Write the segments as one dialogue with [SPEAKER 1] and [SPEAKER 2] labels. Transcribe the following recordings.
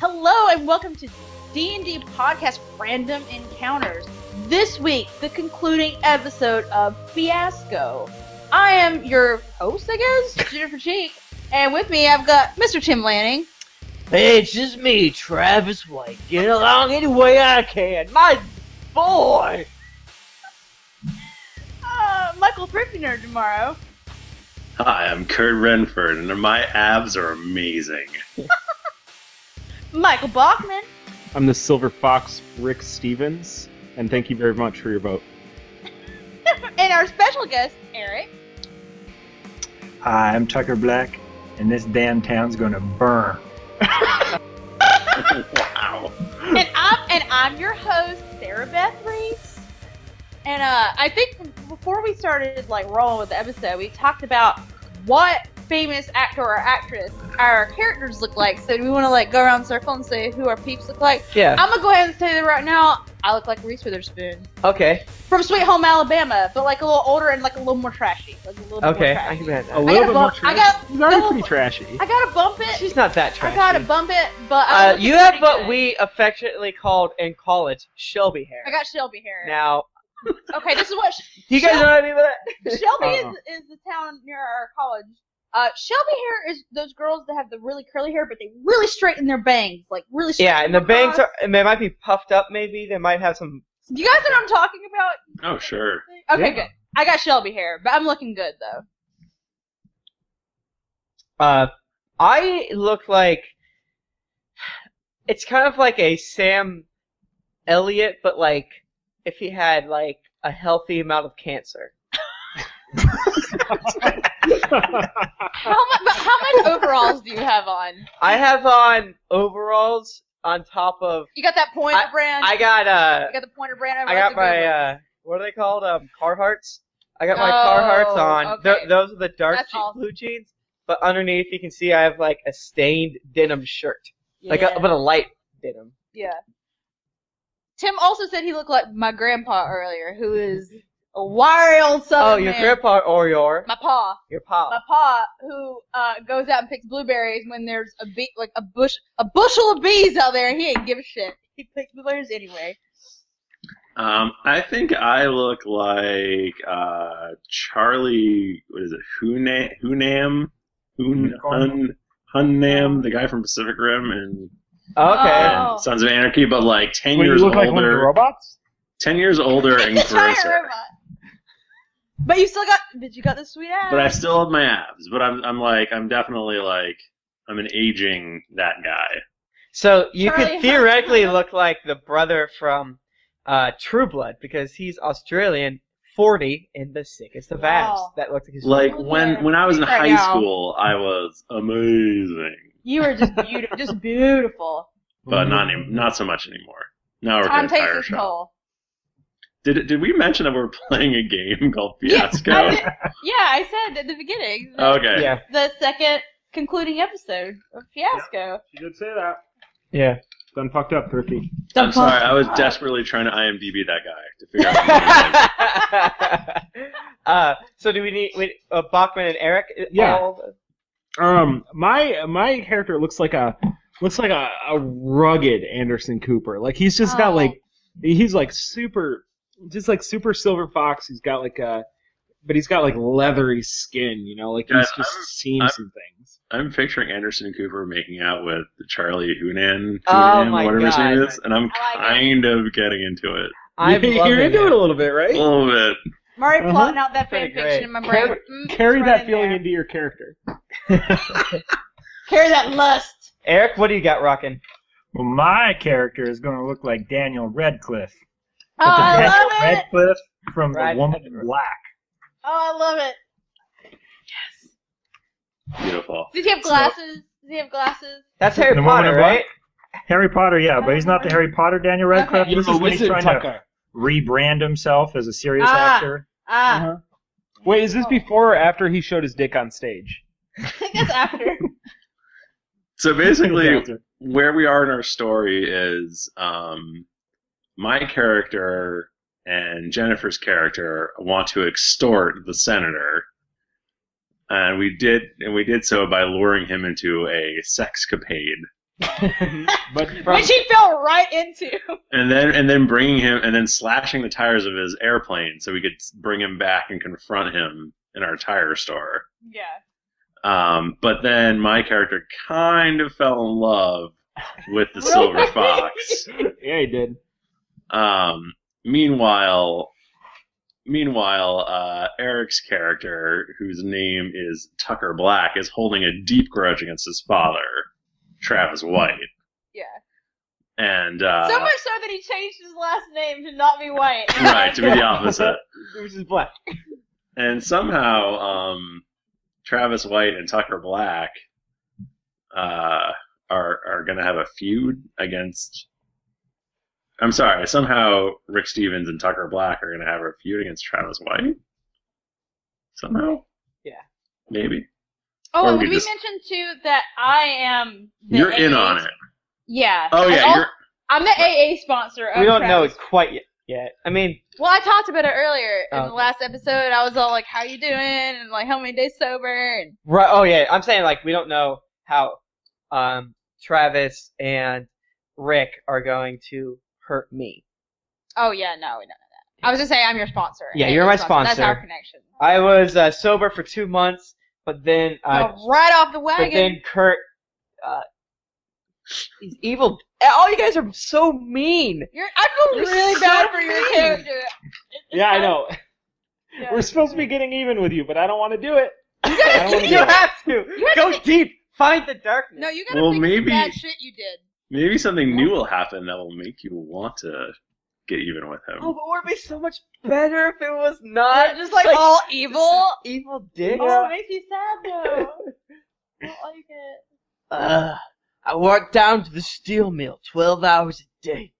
[SPEAKER 1] and welcome to D&D Podcast Random Encounters. This week, the concluding episode of Fiasco. I am your host, I guess, Jennifer Cheek, and with me I've got Mr. Tim Lanning.
[SPEAKER 2] Hey, it's just me, Travis White. Get along any way I can. My boy!
[SPEAKER 1] Uh, Michael Prickner tomorrow.
[SPEAKER 3] Hi, I'm Kurt Renford, and my abs are amazing.
[SPEAKER 1] Michael Bachman.
[SPEAKER 4] I'm the Silver Fox, Rick Stevens, and thank you very much for your vote.
[SPEAKER 1] and our special guest, Eric.
[SPEAKER 5] Hi, I'm Tucker Black, and this damn town's gonna burn.
[SPEAKER 3] wow.
[SPEAKER 1] and I'm and I'm your host, Sarah Beth Reese. And uh, I think before we started like rolling with the episode, we talked about what famous actor or actress our characters look like. So do we want to like go around the circle and say who our peeps look like?
[SPEAKER 2] Yeah.
[SPEAKER 1] I'm gonna go ahead and say that right now. I look like Reese Witherspoon
[SPEAKER 2] Okay.
[SPEAKER 1] from Sweet Home Alabama, but like a little older and like a little more trashy. Like a little bit
[SPEAKER 2] Okay.
[SPEAKER 1] more
[SPEAKER 2] I
[SPEAKER 1] trashy.
[SPEAKER 2] can bet
[SPEAKER 4] A
[SPEAKER 2] that.
[SPEAKER 1] I
[SPEAKER 4] little
[SPEAKER 1] gotta
[SPEAKER 4] bit more
[SPEAKER 1] bump. I
[SPEAKER 4] trashy.
[SPEAKER 1] got.
[SPEAKER 4] He's already
[SPEAKER 1] no,
[SPEAKER 4] pretty trashy.
[SPEAKER 1] I gotta bump it.
[SPEAKER 2] She's not that
[SPEAKER 1] I
[SPEAKER 2] trashy.
[SPEAKER 1] gotta bump it, but I'm
[SPEAKER 2] Uh,
[SPEAKER 1] looking
[SPEAKER 2] you have
[SPEAKER 1] pretty
[SPEAKER 2] what
[SPEAKER 1] good.
[SPEAKER 2] we affectionately called in college Shelby hair.
[SPEAKER 1] I got Shelby hair.
[SPEAKER 2] now,
[SPEAKER 1] Okay, this is what
[SPEAKER 2] do you guys know what I mean by that?
[SPEAKER 1] Shelby is,
[SPEAKER 2] Uh-huh.
[SPEAKER 4] Uh-uh.
[SPEAKER 1] is the town near our college. Uh, Shelby hair is those girls that have the really curly hair, but they really straighten their bangs, like really. Straighten
[SPEAKER 2] yeah, and the
[SPEAKER 1] them
[SPEAKER 2] bangs
[SPEAKER 1] across.
[SPEAKER 2] are. and They might be puffed up, maybe. They might have some.
[SPEAKER 1] You guys know what I'm talking about?
[SPEAKER 3] Oh, sure.
[SPEAKER 1] Okay,
[SPEAKER 4] Yeah.
[SPEAKER 1] good. I got Shelby hair, but I'm looking good though.
[SPEAKER 2] Uh, I look like. It's kind of like a Sam Elliott, but like if he had like a healthy amount of cancer.
[SPEAKER 1] How much? But how much overalls do you have on?
[SPEAKER 2] I have on overalls on top of.
[SPEAKER 1] You got that pointer brand.
[SPEAKER 2] I got uh.
[SPEAKER 1] you got the pointer brand.
[SPEAKER 2] I got
[SPEAKER 1] overalls? That's a
[SPEAKER 2] my
[SPEAKER 1] good one.
[SPEAKER 2] uh, what are they called? Um, Carhartts. I got my
[SPEAKER 1] Oh,
[SPEAKER 2] Carhartts on.
[SPEAKER 1] okay.
[SPEAKER 2] Th- those are the dark
[SPEAKER 1] That's
[SPEAKER 2] je-
[SPEAKER 1] awesome.
[SPEAKER 2] blue jeans, but underneath you can see I have like a stained denim shirt, like
[SPEAKER 1] yeah.
[SPEAKER 2] a, but a light denim.
[SPEAKER 1] yeah. Tim also said he looked like my grandpa earlier, who is a wiry old
[SPEAKER 2] Oh,
[SPEAKER 1] southern
[SPEAKER 2] your
[SPEAKER 1] man.
[SPEAKER 2] grandpa or your
[SPEAKER 1] My pa.
[SPEAKER 2] your pop.
[SPEAKER 1] my pa who uh, goes out and picks blueberries when there's a bee, like a bush, a bushel of bees out there, and he ain't give a shit. He picks blueberries anyway.
[SPEAKER 3] Um, I think I look like uh, Charlie. What is it? Hunam, Hunam, Hun, Hun, Hunnam, the guy from Pacific Rim and
[SPEAKER 2] Okay.
[SPEAKER 1] Oh.
[SPEAKER 3] Sons of Anarchy, but like ten
[SPEAKER 4] Wait, you
[SPEAKER 3] years
[SPEAKER 4] look like one of the
[SPEAKER 3] older.
[SPEAKER 4] robots?
[SPEAKER 3] ten years older and
[SPEAKER 1] It's not a
[SPEAKER 3] grosser.
[SPEAKER 1] robot. But you still got, but you got the sweet ass.
[SPEAKER 3] But I still have my abs. But I'm, I'm like, I'm definitely like, I'm an aging that guy.
[SPEAKER 2] So you
[SPEAKER 1] Charlie
[SPEAKER 2] could theoretically
[SPEAKER 1] Hunnam.
[SPEAKER 2] look like the brother from uh, True Blood because he's Australian, forty, and the sickest of abs.
[SPEAKER 1] Wow.
[SPEAKER 2] That looks like his
[SPEAKER 3] Like
[SPEAKER 1] Okay.
[SPEAKER 3] when when I was in
[SPEAKER 1] Right
[SPEAKER 3] high
[SPEAKER 1] now.
[SPEAKER 3] school, I was amazing,
[SPEAKER 1] you were just beautiful, just beautiful.
[SPEAKER 4] Mm-hmm.
[SPEAKER 3] but not any, not so much anymore. Now we're
[SPEAKER 1] Time
[SPEAKER 3] going
[SPEAKER 1] takes
[SPEAKER 3] tire
[SPEAKER 1] its
[SPEAKER 3] shop.
[SPEAKER 1] toll.
[SPEAKER 3] Did did we mention that we're playing a game called Fiasco?
[SPEAKER 1] I did- yeah, I said at the beginning, the,
[SPEAKER 3] okay.
[SPEAKER 2] Yeah.
[SPEAKER 1] the second concluding episode of Fiasco.
[SPEAKER 4] She did say that. Yeah. Done fucked up, Thrifty.
[SPEAKER 3] I'm sorry. I was desperately trying to IMDb that guy to figure out. what his name
[SPEAKER 2] uh, so do we need we, uh, Bachman and Eric? Oh,
[SPEAKER 4] Yeah.
[SPEAKER 2] all-
[SPEAKER 4] Um, my my character looks like a looks like a, a rugged Anderson Cooper. Like he's just
[SPEAKER 1] Oh.
[SPEAKER 4] got like he's like super, just like super silver fox. He's got like a, but he's got like leathery skin. You know, like he's
[SPEAKER 3] Guys,
[SPEAKER 4] just
[SPEAKER 3] I'm-
[SPEAKER 4] seen
[SPEAKER 3] I'm-
[SPEAKER 4] some things.
[SPEAKER 3] I'm picturing Anderson Cooper making out with Charlie Hunan,
[SPEAKER 2] Oh
[SPEAKER 3] Hunan,
[SPEAKER 2] my
[SPEAKER 3] whatever his name
[SPEAKER 2] God.
[SPEAKER 3] is, and I'm
[SPEAKER 1] I like it.
[SPEAKER 3] kind of getting into it
[SPEAKER 2] I'm
[SPEAKER 4] You're- you're
[SPEAKER 2] loving
[SPEAKER 4] into
[SPEAKER 2] it.
[SPEAKER 4] it a little bit,
[SPEAKER 3] a
[SPEAKER 4] right?
[SPEAKER 3] little bit.
[SPEAKER 1] I'm already
[SPEAKER 4] Uh-huh.
[SPEAKER 1] plotting out that fan
[SPEAKER 2] Pretty
[SPEAKER 1] fiction
[SPEAKER 2] great.
[SPEAKER 1] in my brain.
[SPEAKER 2] Carry-
[SPEAKER 1] Mm, it's
[SPEAKER 4] Carry
[SPEAKER 1] right
[SPEAKER 4] that
[SPEAKER 1] in
[SPEAKER 4] feeling
[SPEAKER 1] there.
[SPEAKER 4] into your character.
[SPEAKER 1] Carry that lust.
[SPEAKER 2] Eric, what do you got rocking?
[SPEAKER 5] Well, my character is gonna look like Daniel Redcliffe.
[SPEAKER 1] Oh,
[SPEAKER 5] But the
[SPEAKER 1] I
[SPEAKER 5] Daniel
[SPEAKER 1] love it.
[SPEAKER 5] Redcliffe from
[SPEAKER 2] Right.
[SPEAKER 5] The Woman in Black.
[SPEAKER 1] Oh, I love it.
[SPEAKER 3] Beautiful.
[SPEAKER 1] Does he have glasses? Does he have glasses?
[SPEAKER 2] That's Harry
[SPEAKER 5] The Woman
[SPEAKER 2] Potter,
[SPEAKER 5] in Black?
[SPEAKER 2] right?
[SPEAKER 5] Harry Potter, yeah, but he's not the Harry Potter Daniel Radcliffe.
[SPEAKER 1] Okay.
[SPEAKER 5] This
[SPEAKER 4] You're
[SPEAKER 5] is
[SPEAKER 4] a
[SPEAKER 5] when he's
[SPEAKER 4] wizard,
[SPEAKER 5] trying to
[SPEAKER 4] Tucker.
[SPEAKER 5] rebrand himself as a serious
[SPEAKER 1] Ah.
[SPEAKER 5] actor.
[SPEAKER 1] Ah, Oh.
[SPEAKER 4] Uh-huh. Wait, is this before or after he showed his dick on stage?
[SPEAKER 1] I think that's after.
[SPEAKER 3] So basically,
[SPEAKER 5] Actor.
[SPEAKER 3] where we are in our story is um, my character and Jennifer's character want to extort the senator, and we did and we did so by luring him into a sexcapade
[SPEAKER 4] but
[SPEAKER 1] Which he fell right into.
[SPEAKER 3] and then and then bringing him and then slashing the tires of his airplane so we could bring him back and confront him in our tire store.
[SPEAKER 1] yeah.
[SPEAKER 3] Um, but then my character kind of fell in love with the
[SPEAKER 1] Really?
[SPEAKER 3] silver fox.
[SPEAKER 4] yeah, he did.
[SPEAKER 3] Um, meanwhile, meanwhile, uh, Eric's character, whose name is Tucker Black, is holding a deep grudge against his father, Travis White,
[SPEAKER 1] Yeah.
[SPEAKER 3] and uh,
[SPEAKER 1] so much so that he changed his last name to not be White.
[SPEAKER 3] right to be the opposite.
[SPEAKER 4] Which is black.
[SPEAKER 3] And somehow, um, Travis White and Tucker Black uh, are are going to have a feud against. I'm sorry. Somehow, Rick Stevens and Tucker Black are going to have a feud against Travis White. Somehow.
[SPEAKER 2] Yeah.
[SPEAKER 3] Maybe
[SPEAKER 1] Oh,
[SPEAKER 3] Or
[SPEAKER 1] and
[SPEAKER 3] we
[SPEAKER 1] we
[SPEAKER 3] just-
[SPEAKER 1] mentioned too that I am. The
[SPEAKER 3] you're in
[SPEAKER 1] AA
[SPEAKER 3] on it.
[SPEAKER 1] Yeah.
[SPEAKER 3] Oh
[SPEAKER 1] And
[SPEAKER 3] yeah,
[SPEAKER 1] al-
[SPEAKER 3] you're
[SPEAKER 1] I'm the AA sponsor. Of
[SPEAKER 2] we don't know
[SPEAKER 1] Travis.
[SPEAKER 2] it quite yet. yet. I mean,
[SPEAKER 1] Well, I talked about it earlier in
[SPEAKER 2] Oh.
[SPEAKER 1] the last episode. I was all like, "How you doing?" and like, "How many days sober?" and
[SPEAKER 2] right? Oh yeah, I'm saying like we don't know how um, Travis and Rick are going to hurt me.
[SPEAKER 1] Oh yeah, no, we don't know that. I was just saying I'm your sponsor.
[SPEAKER 2] Yeah,
[SPEAKER 1] Hey,
[SPEAKER 2] you're my
[SPEAKER 1] That's
[SPEAKER 2] sponsor.
[SPEAKER 1] our connection.
[SPEAKER 2] I was uh, sober for two months, but then uh,
[SPEAKER 1] So right off the
[SPEAKER 2] but
[SPEAKER 1] wagon.
[SPEAKER 2] then Kurt, uh, he's evil. All you guys are so mean.
[SPEAKER 1] You're, I feel
[SPEAKER 2] You're
[SPEAKER 1] really
[SPEAKER 2] so
[SPEAKER 1] bad for your
[SPEAKER 2] mean.
[SPEAKER 1] character.
[SPEAKER 4] Yeah, I know.
[SPEAKER 1] Yeah.
[SPEAKER 4] We're supposed to be getting even with you, but I don't want to do it.
[SPEAKER 2] you
[SPEAKER 4] I don't wanna do it.
[SPEAKER 2] have to
[SPEAKER 1] have
[SPEAKER 2] go deep. Find the darkness.
[SPEAKER 1] No, you gotta
[SPEAKER 3] Well,
[SPEAKER 1] think of
[SPEAKER 3] maybe-
[SPEAKER 1] the bad shit you did.
[SPEAKER 3] maybe something new will happen that will make you want to get even with him.
[SPEAKER 2] Oh, but would it be so much better if it was
[SPEAKER 1] They're
[SPEAKER 2] not
[SPEAKER 1] just like,
[SPEAKER 2] like-
[SPEAKER 1] all evil.
[SPEAKER 2] evil dick?
[SPEAKER 1] Oh, it makes you sad though. I don't like it.
[SPEAKER 2] Uh, I walked down to the steel mill 12 hours a day.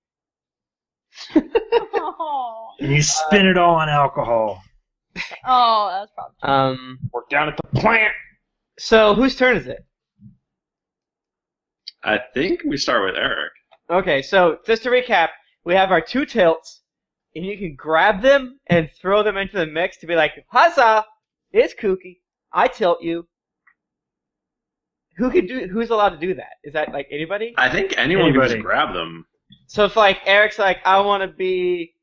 [SPEAKER 1] Oh,
[SPEAKER 5] And you spin it all on alcohol.
[SPEAKER 1] oh that's probably.
[SPEAKER 2] Um,
[SPEAKER 4] We're down at the plant.
[SPEAKER 2] so whose turn is it?
[SPEAKER 3] I think we start with Eric.
[SPEAKER 2] Okay, so just to recap, we have our two tilts, and you can grab them and throw them into the mix to be like, huzzah, it's kooky, I tilt you. Who can do? Who's allowed to do that? Is that like anybody?
[SPEAKER 3] I think anyone can
[SPEAKER 5] Anybody.
[SPEAKER 3] just grab them.
[SPEAKER 2] So if like Eric's like, I want to be,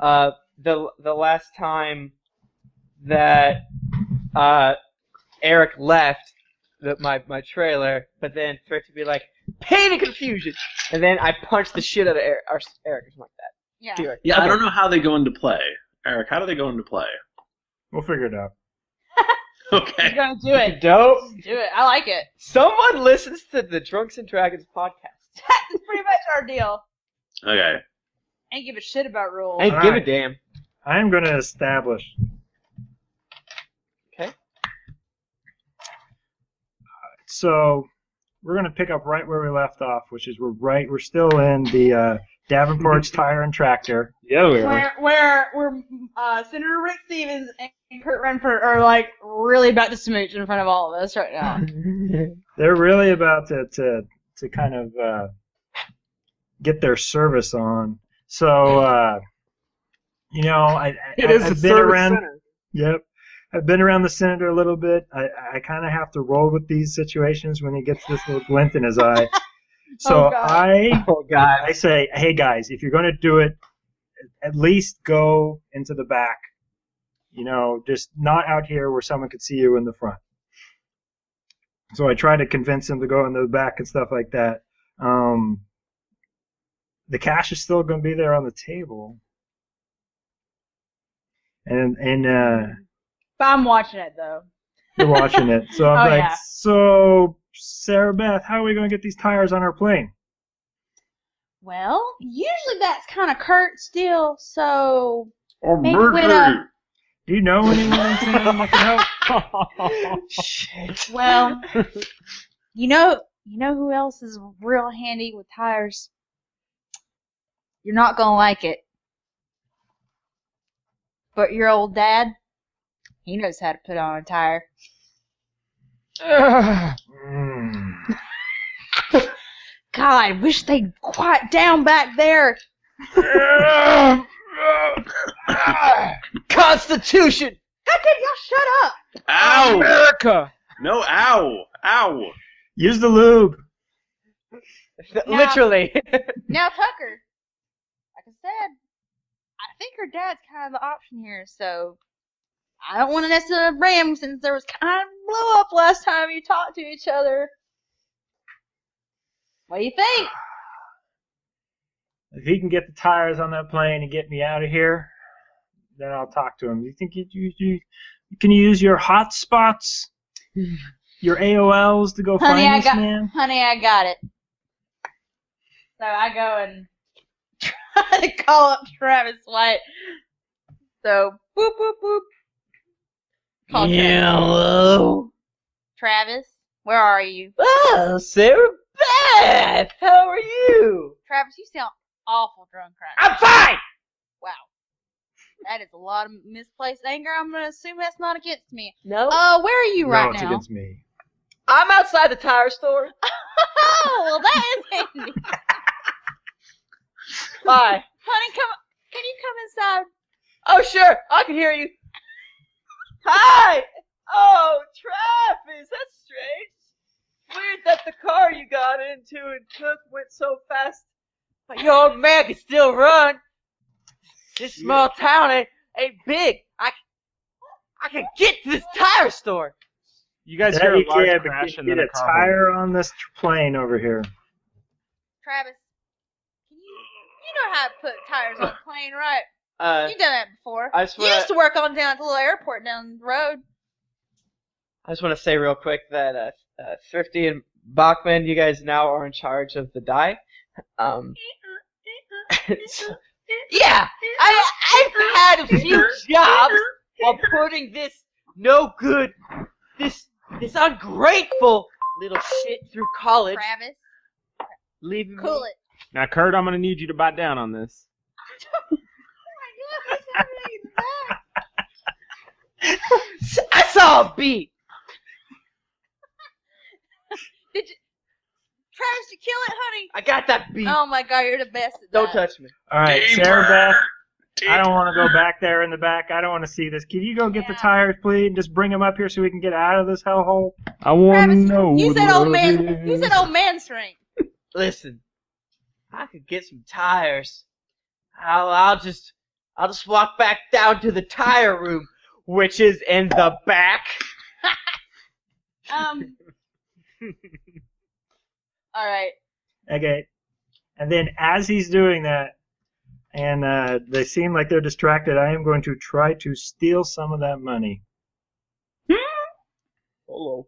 [SPEAKER 2] uh, the the last time that uh Eric left the, my my trailer, but then Thrift would be like, pain and confusion, and then I punch the shit out of Eric, or Eric or something like that.
[SPEAKER 1] Yeah.
[SPEAKER 2] Do it.
[SPEAKER 3] Yeah, I
[SPEAKER 2] Okay.
[SPEAKER 3] don't know how they go into play. Eric, how do they go into play?
[SPEAKER 5] We'll figure it out.
[SPEAKER 1] You're
[SPEAKER 3] Okay.
[SPEAKER 1] gonna do it.
[SPEAKER 2] Dope.
[SPEAKER 1] Do it. I like it.
[SPEAKER 2] Someone listens to the Drunks and Dragons podcast
[SPEAKER 1] That's pretty much our deal.
[SPEAKER 3] Okay.
[SPEAKER 1] Ain't give a shit about rules.
[SPEAKER 2] and
[SPEAKER 5] All
[SPEAKER 2] give a
[SPEAKER 5] right.
[SPEAKER 2] damn.
[SPEAKER 5] I am going to establish.
[SPEAKER 2] Okay.
[SPEAKER 5] So we're going to pick up right where we left off, which is we're right. We're still in the uh, Davenport's tire and tractor.
[SPEAKER 4] Yeah, we are.
[SPEAKER 1] where where where uh, Senator Rick Stevens and Kurt Renford are like really about to smooch in front of all of us right now.
[SPEAKER 5] They're really about to to, to kind of uh, get their service on. So uh, you know, I, I
[SPEAKER 4] It is
[SPEAKER 5] I've
[SPEAKER 4] a
[SPEAKER 5] been
[SPEAKER 4] service
[SPEAKER 5] around.
[SPEAKER 4] center.
[SPEAKER 5] Yep. I've been around the senator a little bit. I, I kind of have to roll with these situations when he gets this little glint in his eye. So
[SPEAKER 1] Oh, God.
[SPEAKER 5] I
[SPEAKER 2] oh God.
[SPEAKER 5] I say, hey guys, if you're going to do it, at least go into the back. You know, just not out here where someone could see you in the front. So I try to convince him to go in the back and stuff like that. Um, the cash is still going to be there on the table. And and uh,
[SPEAKER 1] But I'm watching it though.
[SPEAKER 5] you're watching it. So I'm
[SPEAKER 1] Oh,
[SPEAKER 5] like,
[SPEAKER 1] yeah.
[SPEAKER 5] so Sarah Beth, how are we going to get these tires on our plane?
[SPEAKER 1] Well, usually that's kind of Kurt's deal. So
[SPEAKER 3] Or
[SPEAKER 1] Maybe with a-
[SPEAKER 5] Do you know anyone in town that can help?
[SPEAKER 2] Shit.
[SPEAKER 1] well, you know you know who else is real handy with tires. You're not gonna like it, but your old dad, he knows how to put on a tire.
[SPEAKER 5] Mm.
[SPEAKER 1] God, I wish they'd quiet down back there.
[SPEAKER 5] Ah.
[SPEAKER 2] Constitution,
[SPEAKER 1] How could y'all shut up?
[SPEAKER 3] Ow!
[SPEAKER 2] America.
[SPEAKER 3] No, ow! Ow!
[SPEAKER 5] Use the lube.
[SPEAKER 2] Literally.
[SPEAKER 1] Now, Tucker, like I said, I think her dad's kind of the option here, so I don't want to necessarily blame him since there was kind of blow up last time you talked to each other. What do you think?
[SPEAKER 5] If he can get the tires on that plane and get me out of here, then I'll talk to him. You think you, you, you, you can use your hotspots, your AOLs to go
[SPEAKER 1] Honey,
[SPEAKER 5] find
[SPEAKER 1] I
[SPEAKER 5] this
[SPEAKER 1] got-
[SPEAKER 5] man?
[SPEAKER 1] Honey, I got it. So I go and try to call up Travis White. So boop boop boop. Call
[SPEAKER 2] hello.
[SPEAKER 1] Travis. Travis, where are you?
[SPEAKER 2] Oh, Sarah Beth, how are you?
[SPEAKER 1] Travis, you sound awful drunk right now.
[SPEAKER 2] I'm fine.
[SPEAKER 1] Wow. That is a lot of misplaced anger. I'm gonna assume that's not against me.
[SPEAKER 2] No,
[SPEAKER 1] Uh, where are you
[SPEAKER 5] no,
[SPEAKER 1] right
[SPEAKER 5] it's
[SPEAKER 1] now?
[SPEAKER 5] against me.
[SPEAKER 2] I'm outside the tire store.
[SPEAKER 1] oh, well that is handy.
[SPEAKER 2] Bye.
[SPEAKER 1] Honey, come. Can you come inside?
[SPEAKER 2] oh, sure, I can hear you. Hi. Oh, Travis, that's strange. Weird that the car you got into and took went so fast, but your old man can still run. This small town ain't, ain't big. I, I can get to this tire store.
[SPEAKER 4] You guys
[SPEAKER 5] That
[SPEAKER 4] hear
[SPEAKER 5] you
[SPEAKER 4] a large
[SPEAKER 5] can, but
[SPEAKER 4] crash
[SPEAKER 5] you
[SPEAKER 4] and then
[SPEAKER 5] get
[SPEAKER 4] a
[SPEAKER 5] a
[SPEAKER 4] car.
[SPEAKER 5] tire on this plane over here.
[SPEAKER 1] Travis, can you? You know how to put tires on a plane, right?
[SPEAKER 2] Uh,
[SPEAKER 1] You've done that before.
[SPEAKER 2] I just
[SPEAKER 1] You
[SPEAKER 2] want
[SPEAKER 1] used
[SPEAKER 2] to.
[SPEAKER 1] to work on down at the little airport down the road.
[SPEAKER 2] I just want to say real quick that uh, uh, Thrifty and Bachman, you guys now are in charge of the die. Um, so- yeah, I, I've had a few jobs while putting this no good, this this ungrateful little shit through college,
[SPEAKER 1] Travis,
[SPEAKER 2] leaving me.
[SPEAKER 1] cool it.
[SPEAKER 4] Now, Kurt, I'm gonna need you to bite down on this.
[SPEAKER 1] Oh my God, what's happening in the back?
[SPEAKER 2] I saw a bee.
[SPEAKER 1] Travis, you kill it, honey.
[SPEAKER 2] I got that bee.
[SPEAKER 1] Oh my God, you're the best. At
[SPEAKER 2] Don't
[SPEAKER 1] that.
[SPEAKER 2] touch me.
[SPEAKER 5] All right,
[SPEAKER 3] Gamer!
[SPEAKER 5] Sarah Beth.
[SPEAKER 3] Gamer!
[SPEAKER 5] I don't want to go back there in the back. I don't want to see this. Can you go get the
[SPEAKER 1] Yeah.
[SPEAKER 5] tires, please? Just bring them up here so we can get out of this hellhole.
[SPEAKER 4] I want to
[SPEAKER 1] Travis,
[SPEAKER 4] know.
[SPEAKER 1] You said
[SPEAKER 4] what
[SPEAKER 1] old
[SPEAKER 4] it
[SPEAKER 1] man. You
[SPEAKER 4] is.
[SPEAKER 1] said old man strength.
[SPEAKER 2] Listen, I could get some tires. I'll, I'll just, I'll just walk back down to the tire room, which is in the back.
[SPEAKER 1] Um. all right.
[SPEAKER 5] Okay. And then as he's doing that, and uh, they seem like they're distracted, I am going to try to steal some of that money.
[SPEAKER 2] Hello.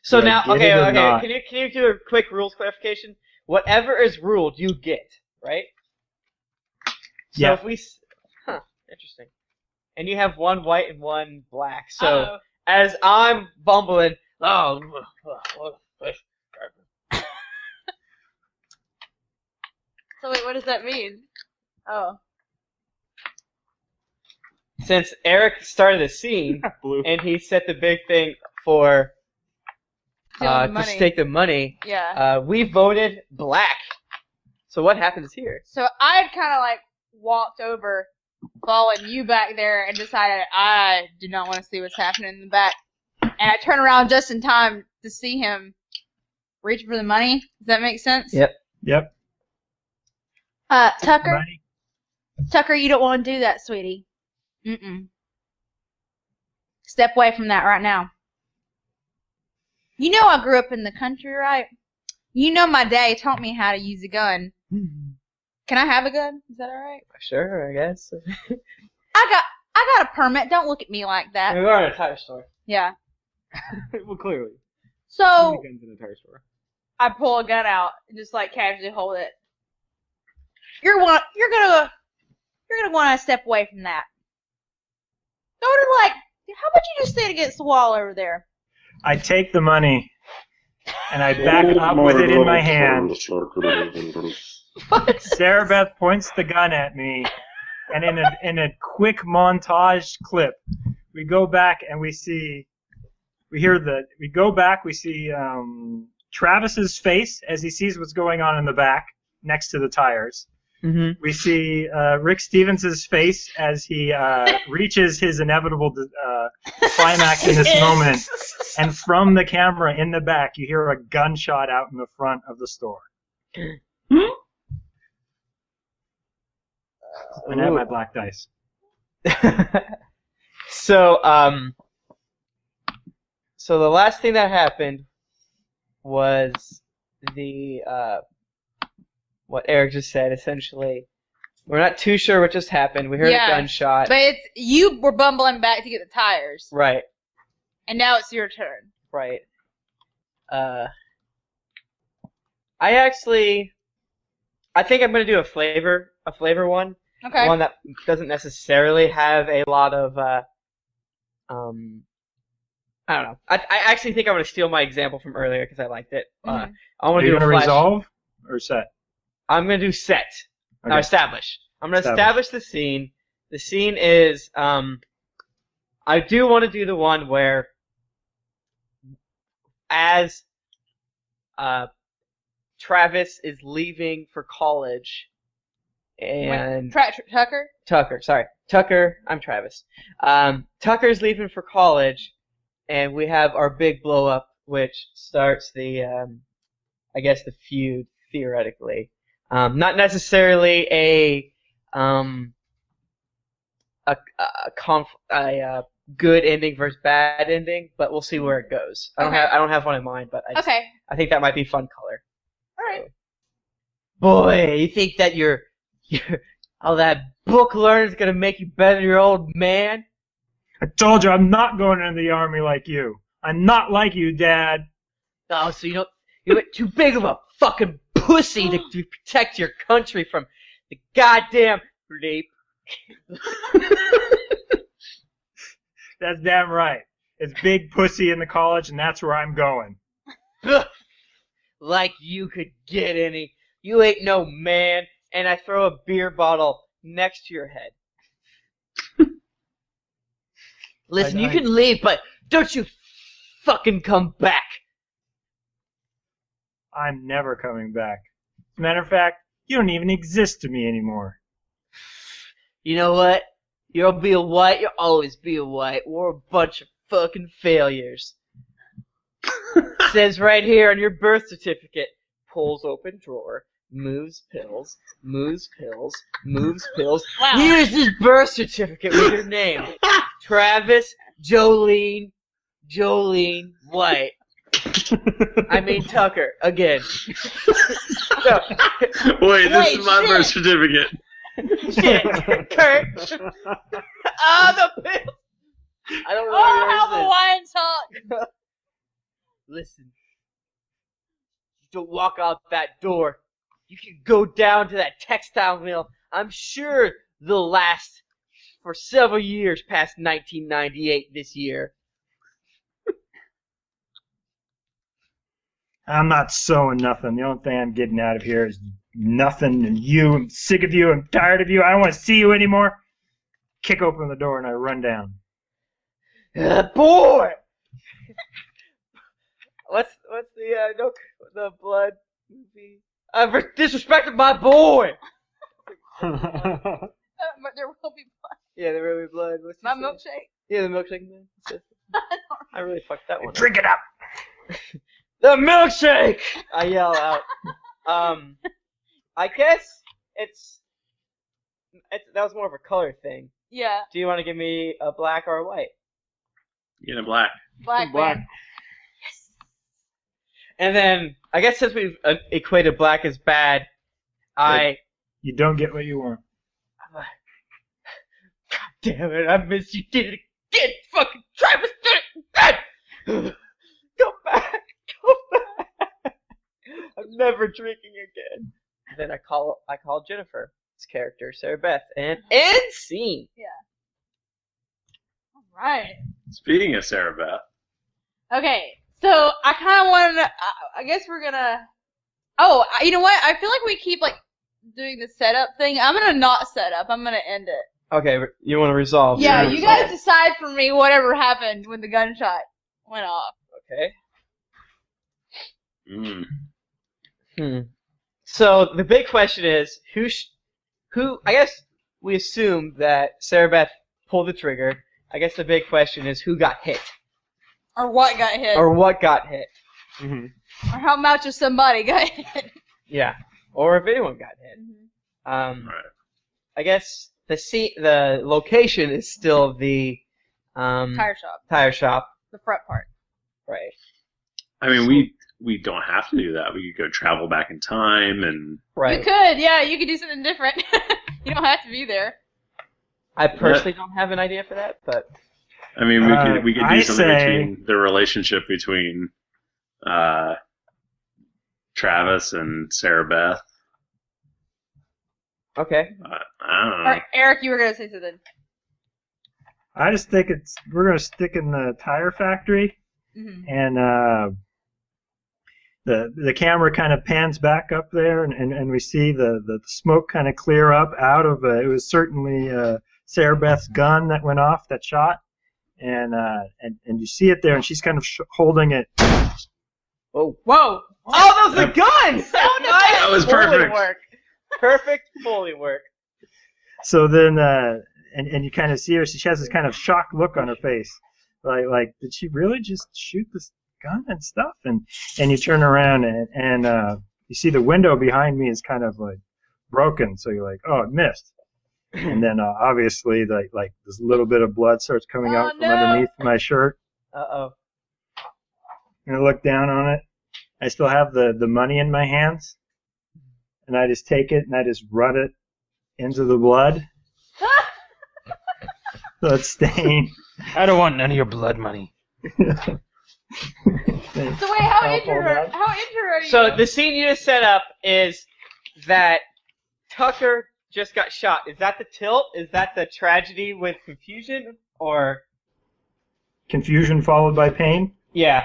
[SPEAKER 2] So
[SPEAKER 5] Do I
[SPEAKER 2] now,
[SPEAKER 5] get
[SPEAKER 2] okay,
[SPEAKER 5] it or
[SPEAKER 2] okay.
[SPEAKER 5] not?
[SPEAKER 2] Can you can you do a quick rules clarification? Whatever is ruled, you get, right? So
[SPEAKER 5] Yeah.
[SPEAKER 2] if we, s- huh, interesting. And you have one white and one black. So.
[SPEAKER 1] Uh-oh.
[SPEAKER 2] as I'm bumbling, oh,
[SPEAKER 1] So wait, what does that mean? Oh.
[SPEAKER 2] since Eric started the scene
[SPEAKER 4] Blue.
[SPEAKER 2] and he set the big thing for
[SPEAKER 1] Stealing
[SPEAKER 2] uh,
[SPEAKER 1] the
[SPEAKER 2] to
[SPEAKER 1] money.
[SPEAKER 2] stake the money,
[SPEAKER 1] Yeah.
[SPEAKER 2] uh, we voted black. So what happens here?
[SPEAKER 1] So I had kind of like walked over, following you back there, and decided I do not want to see what's happening in the back. And I turn around just in time to see him reaching for the money. Does that make sense?
[SPEAKER 2] Yep.
[SPEAKER 5] Yep.
[SPEAKER 1] Uh, Tucker,
[SPEAKER 5] Money.
[SPEAKER 1] Tucker, you don't want to do that, sweetie. Mm-mm. Step away from that right now. You know I grew up in the country, right? You know my daddy taught me how to use a gun. Can I have a gun? Is that all right?
[SPEAKER 2] Sure, I guess.
[SPEAKER 1] Uh, I got I got a permit. Don't look at me like
[SPEAKER 2] we
[SPEAKER 1] that.
[SPEAKER 2] are in a tire store.
[SPEAKER 1] Yeah.
[SPEAKER 4] well, clearly. How
[SPEAKER 1] So
[SPEAKER 4] many guns in a tire store?
[SPEAKER 1] I pull a gun out and just like casually hold it. You're one. You're gonna. You're gonna want to step away from that. Go to like. How about you just stand against the wall over there?
[SPEAKER 5] I take the money, and I back up with it in my hand. Sarah Beth points the gun at me, and in a, in a quick montage clip, we go back and we see, we hear the, we go back, we see um, Travis's face as he sees what's going on in the back next to the tires.
[SPEAKER 2] Mm-hmm.
[SPEAKER 5] We see uh, Rick Stevens' face as he uh, reaches his inevitable uh, climax in this moment. And from the camera in the back, you hear a gunshot out in the front of the store.
[SPEAKER 2] Hmm?
[SPEAKER 5] And I have my black dice.
[SPEAKER 2] so um so the last thing that happened was the uh what Eric just said essentially we're not too sure what just happened. We heard
[SPEAKER 1] Yeah.
[SPEAKER 2] a gunshot.
[SPEAKER 1] But it's you were bumbling back to get the tires,
[SPEAKER 2] right,
[SPEAKER 1] and now it's your turn.
[SPEAKER 2] right. Uh I actually I think I'm going to do a flavor a flavor one.
[SPEAKER 1] Okay.
[SPEAKER 2] one that doesn't necessarily have a lot of uh, um I don't know. I, I actually think I'm gonna steal my example from earlier because I liked it. Uh,
[SPEAKER 1] Mhm.
[SPEAKER 2] I
[SPEAKER 5] Are
[SPEAKER 2] want to
[SPEAKER 5] you
[SPEAKER 2] do a
[SPEAKER 5] going to
[SPEAKER 2] flash.
[SPEAKER 5] resolve or set?
[SPEAKER 2] I'm gonna do set. Now
[SPEAKER 5] Okay.
[SPEAKER 2] establish. I'm gonna
[SPEAKER 5] Establish.
[SPEAKER 2] establish. the scene. The scene is um I do want to do the one where as uh Travis is leaving for college and
[SPEAKER 1] Tra- Tra- Tucker.
[SPEAKER 2] Tucker, sorry. Tucker, I'm Travis. Um, Tucker's leaving for college, and we have our big blow up, which starts the, um, I guess, the feud, theoretically. Um, not necessarily a, um, a, a, conf- a uh, good ending versus bad ending, but we'll see where it goes. I don't
[SPEAKER 1] Okay.
[SPEAKER 2] have I don't have one in mind, but I, just-
[SPEAKER 1] Okay.
[SPEAKER 2] I think that might be fun color.
[SPEAKER 1] All right.
[SPEAKER 2] Boy, you think that your your all that book learning's gonna make you better than your old man?
[SPEAKER 5] I told you I'm not going into the army like you. I'm not like you, Dad.
[SPEAKER 2] Oh, so you don't you were too big of a fucking pussy to, to protect your country from the goddamn rape.
[SPEAKER 5] That's damn right. It's big pussy in the college, and that's where I'm going.
[SPEAKER 2] Ugh. like you could get any. You ain't no man. And I throw a beer bottle next to your head. Listen,
[SPEAKER 5] I-
[SPEAKER 2] you
[SPEAKER 5] I-
[SPEAKER 2] can leave, but don't you fucking come back.
[SPEAKER 5] I'm never coming back. As a matter of fact, you don't even exist to me anymore.
[SPEAKER 2] You know what? You'll be a white. You'll always be a white. We're a bunch of fucking failures. Says right here on your birth certificate. Pulls open drawer, moves pills, moves pills, moves pills.
[SPEAKER 1] Wow.
[SPEAKER 2] Here's his birth certificate with your name, Travis Jolene, Jolene White. I mean Tucker again. so,
[SPEAKER 3] Wait, this
[SPEAKER 1] Wait,
[SPEAKER 3] is my
[SPEAKER 1] shit.
[SPEAKER 3] birth certificate.
[SPEAKER 2] shit, Kurt. Ah, the pills. I don't
[SPEAKER 1] Oh, how
[SPEAKER 2] know.
[SPEAKER 1] the wine talk.
[SPEAKER 2] Listen. You don't walk out that door. You can go down to that textile mill. I'm sure they'll last for several years past 1998 this year.
[SPEAKER 5] I'm not sewing nothing. The only thing I'm getting out of here is nothing and you. I'm sick of you. I'm tired of you. I don't want to see you anymore. Kick open the door and I run down.
[SPEAKER 2] Uh, boy! what's what's the uh, no the blood movie? Uh, I've disrespected my boy.
[SPEAKER 1] Uh, but there will be
[SPEAKER 2] Yeah, the ruby blood. What's
[SPEAKER 1] my
[SPEAKER 2] his name?
[SPEAKER 1] milkshake.
[SPEAKER 2] Yeah, the milkshake man. I really fucked that one. up.
[SPEAKER 5] Drink it up.
[SPEAKER 2] The milkshake! I yell out. Um, I guess it's, it's that was more of a color thing.
[SPEAKER 1] Yeah,
[SPEAKER 2] Do you want to give me a black or a white?
[SPEAKER 3] Get a black.
[SPEAKER 1] black.
[SPEAKER 4] Black.
[SPEAKER 1] man. Yes.
[SPEAKER 2] And then I guess since we've uh, equated black as bad, I
[SPEAKER 5] You don't get what you want.
[SPEAKER 2] damn it, I miss you did it again. Fucking Travis did it again. Go back, go back. I'm never drinking again. Then I call I call Jennifer's character Sarah Beth and end scene.
[SPEAKER 1] All right.
[SPEAKER 3] Speaking of Sarah Beth,
[SPEAKER 1] Okay. So I kind of wanted. To, I- I guess we're gonna. Oh, I- you know what? I feel like we keep like doing the setup thing. I'm gonna not set up. I'm gonna end it.
[SPEAKER 2] Okay, you want to resolve?
[SPEAKER 1] yeah,
[SPEAKER 2] your
[SPEAKER 1] you
[SPEAKER 2] resolve.
[SPEAKER 1] guys decide for me whatever happened when the gunshot went off.
[SPEAKER 2] Okay.
[SPEAKER 3] mm,
[SPEAKER 2] Hmm. So the big question is, who sh- who I guess we assume that Sarah Beth pulled the trigger. I guess the big question is who got hit
[SPEAKER 1] Or what got hit? Or,
[SPEAKER 2] or what got hit.
[SPEAKER 4] Mhm.
[SPEAKER 1] how much of somebody got hit?
[SPEAKER 2] Yeah, or if anyone got hit. Um,
[SPEAKER 3] Right.
[SPEAKER 2] I guess the seat, the location is still the um,
[SPEAKER 1] Tire shop.
[SPEAKER 2] tire shop,
[SPEAKER 1] The front part.
[SPEAKER 2] right?
[SPEAKER 3] I mean, we we don't have to do that. We could go travel back in time, and
[SPEAKER 1] You
[SPEAKER 2] Right.
[SPEAKER 1] could, yeah, you could do something different. you don't have to be there.
[SPEAKER 2] I personally don't have an idea for that, but
[SPEAKER 3] I mean, we
[SPEAKER 5] Uh,
[SPEAKER 3] could we could do
[SPEAKER 5] I
[SPEAKER 3] something
[SPEAKER 5] say-
[SPEAKER 3] between the relationship between uh, Travis and Sarah Beth.
[SPEAKER 2] okay.
[SPEAKER 3] Uh, I don't know.
[SPEAKER 1] Or Eric, you were gonna say something.
[SPEAKER 5] I just think it's we're gonna stick in the tire factory,
[SPEAKER 1] Mm-hmm.
[SPEAKER 5] and uh, the the camera kind of pans back up there, and, and, and we see the, the smoke kind of clear up out of uh, it was certainly uh, Sarah Beth's gun that went off that shot, and uh, and and you see it there, and she's kind of sh- holding it.
[SPEAKER 2] Oh,
[SPEAKER 1] Whoa!
[SPEAKER 2] oh, those are guns!
[SPEAKER 1] That
[SPEAKER 3] was
[SPEAKER 2] Foley
[SPEAKER 3] perfect.
[SPEAKER 2] Work. Perfect Foley work.
[SPEAKER 5] So then, uh, and and you kind of see her. She has this kind of shocked look on her face, like like did she really just shoot this gun and stuff? And and you turn around and and uh, you see the window behind me is kind of like broken. So you're like, oh, it missed. And then uh, obviously, like like this little bit of blood starts coming
[SPEAKER 1] Oh,
[SPEAKER 5] out from
[SPEAKER 1] no.
[SPEAKER 5] underneath my shirt.
[SPEAKER 2] Uh oh.
[SPEAKER 5] And I look down on it. I still have the the money in my hands, and I just take it and I just rub it into the blood.
[SPEAKER 1] Mm-hmm.
[SPEAKER 5] So it's stained.
[SPEAKER 6] I don't want none of your blood money.
[SPEAKER 1] so wait, how
[SPEAKER 5] I'll
[SPEAKER 1] injured?
[SPEAKER 5] hold
[SPEAKER 1] Are,
[SPEAKER 5] that.
[SPEAKER 1] how injured are you?
[SPEAKER 2] So the scene you just set up is that Tucker just got shot. Is that the tilt? Is that the tragedy with confusion? Or
[SPEAKER 5] confusion followed by pain.
[SPEAKER 2] yeah,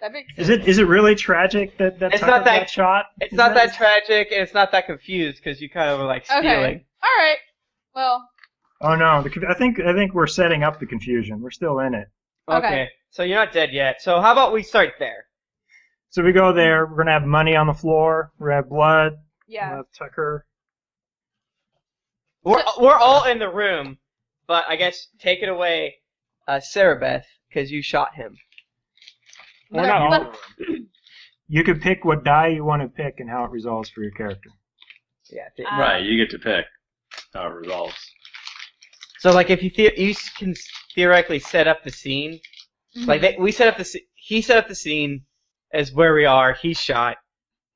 [SPEAKER 1] that makes sense.
[SPEAKER 5] Is it is it really tragic that that
[SPEAKER 2] It's
[SPEAKER 5] Tucker
[SPEAKER 2] not that-
[SPEAKER 5] got shot?
[SPEAKER 2] it's
[SPEAKER 5] Is
[SPEAKER 2] not that tragic and it's not that confused because you kind of were like
[SPEAKER 1] Okay.
[SPEAKER 2] stealing.
[SPEAKER 1] All right. Well,
[SPEAKER 5] oh no, the, conf- I think I think we're setting up the confusion. We're still in it.
[SPEAKER 1] Okay.
[SPEAKER 2] So you're not dead yet. So how about we start there?
[SPEAKER 5] So we go there. We're gonna have money on the floor. We're gonna have blood. We'll
[SPEAKER 1] yeah.
[SPEAKER 5] have Tucker.
[SPEAKER 2] We're we're all in the room, but I guess take it away, uh, Sarah Beth, because you shot him.
[SPEAKER 4] We're not all
[SPEAKER 1] Let-
[SPEAKER 4] in the room.
[SPEAKER 5] You could pick what die you want to pick and how it resolves for your character.
[SPEAKER 2] Yeah. th-
[SPEAKER 1] Uh,
[SPEAKER 3] Right, you get to pick how it resolves.
[SPEAKER 2] so like if you the- you s- can theoretically set up the scene
[SPEAKER 1] mhm.
[SPEAKER 2] Like they, we set up the sce- he set up the scene as where we are. He shot,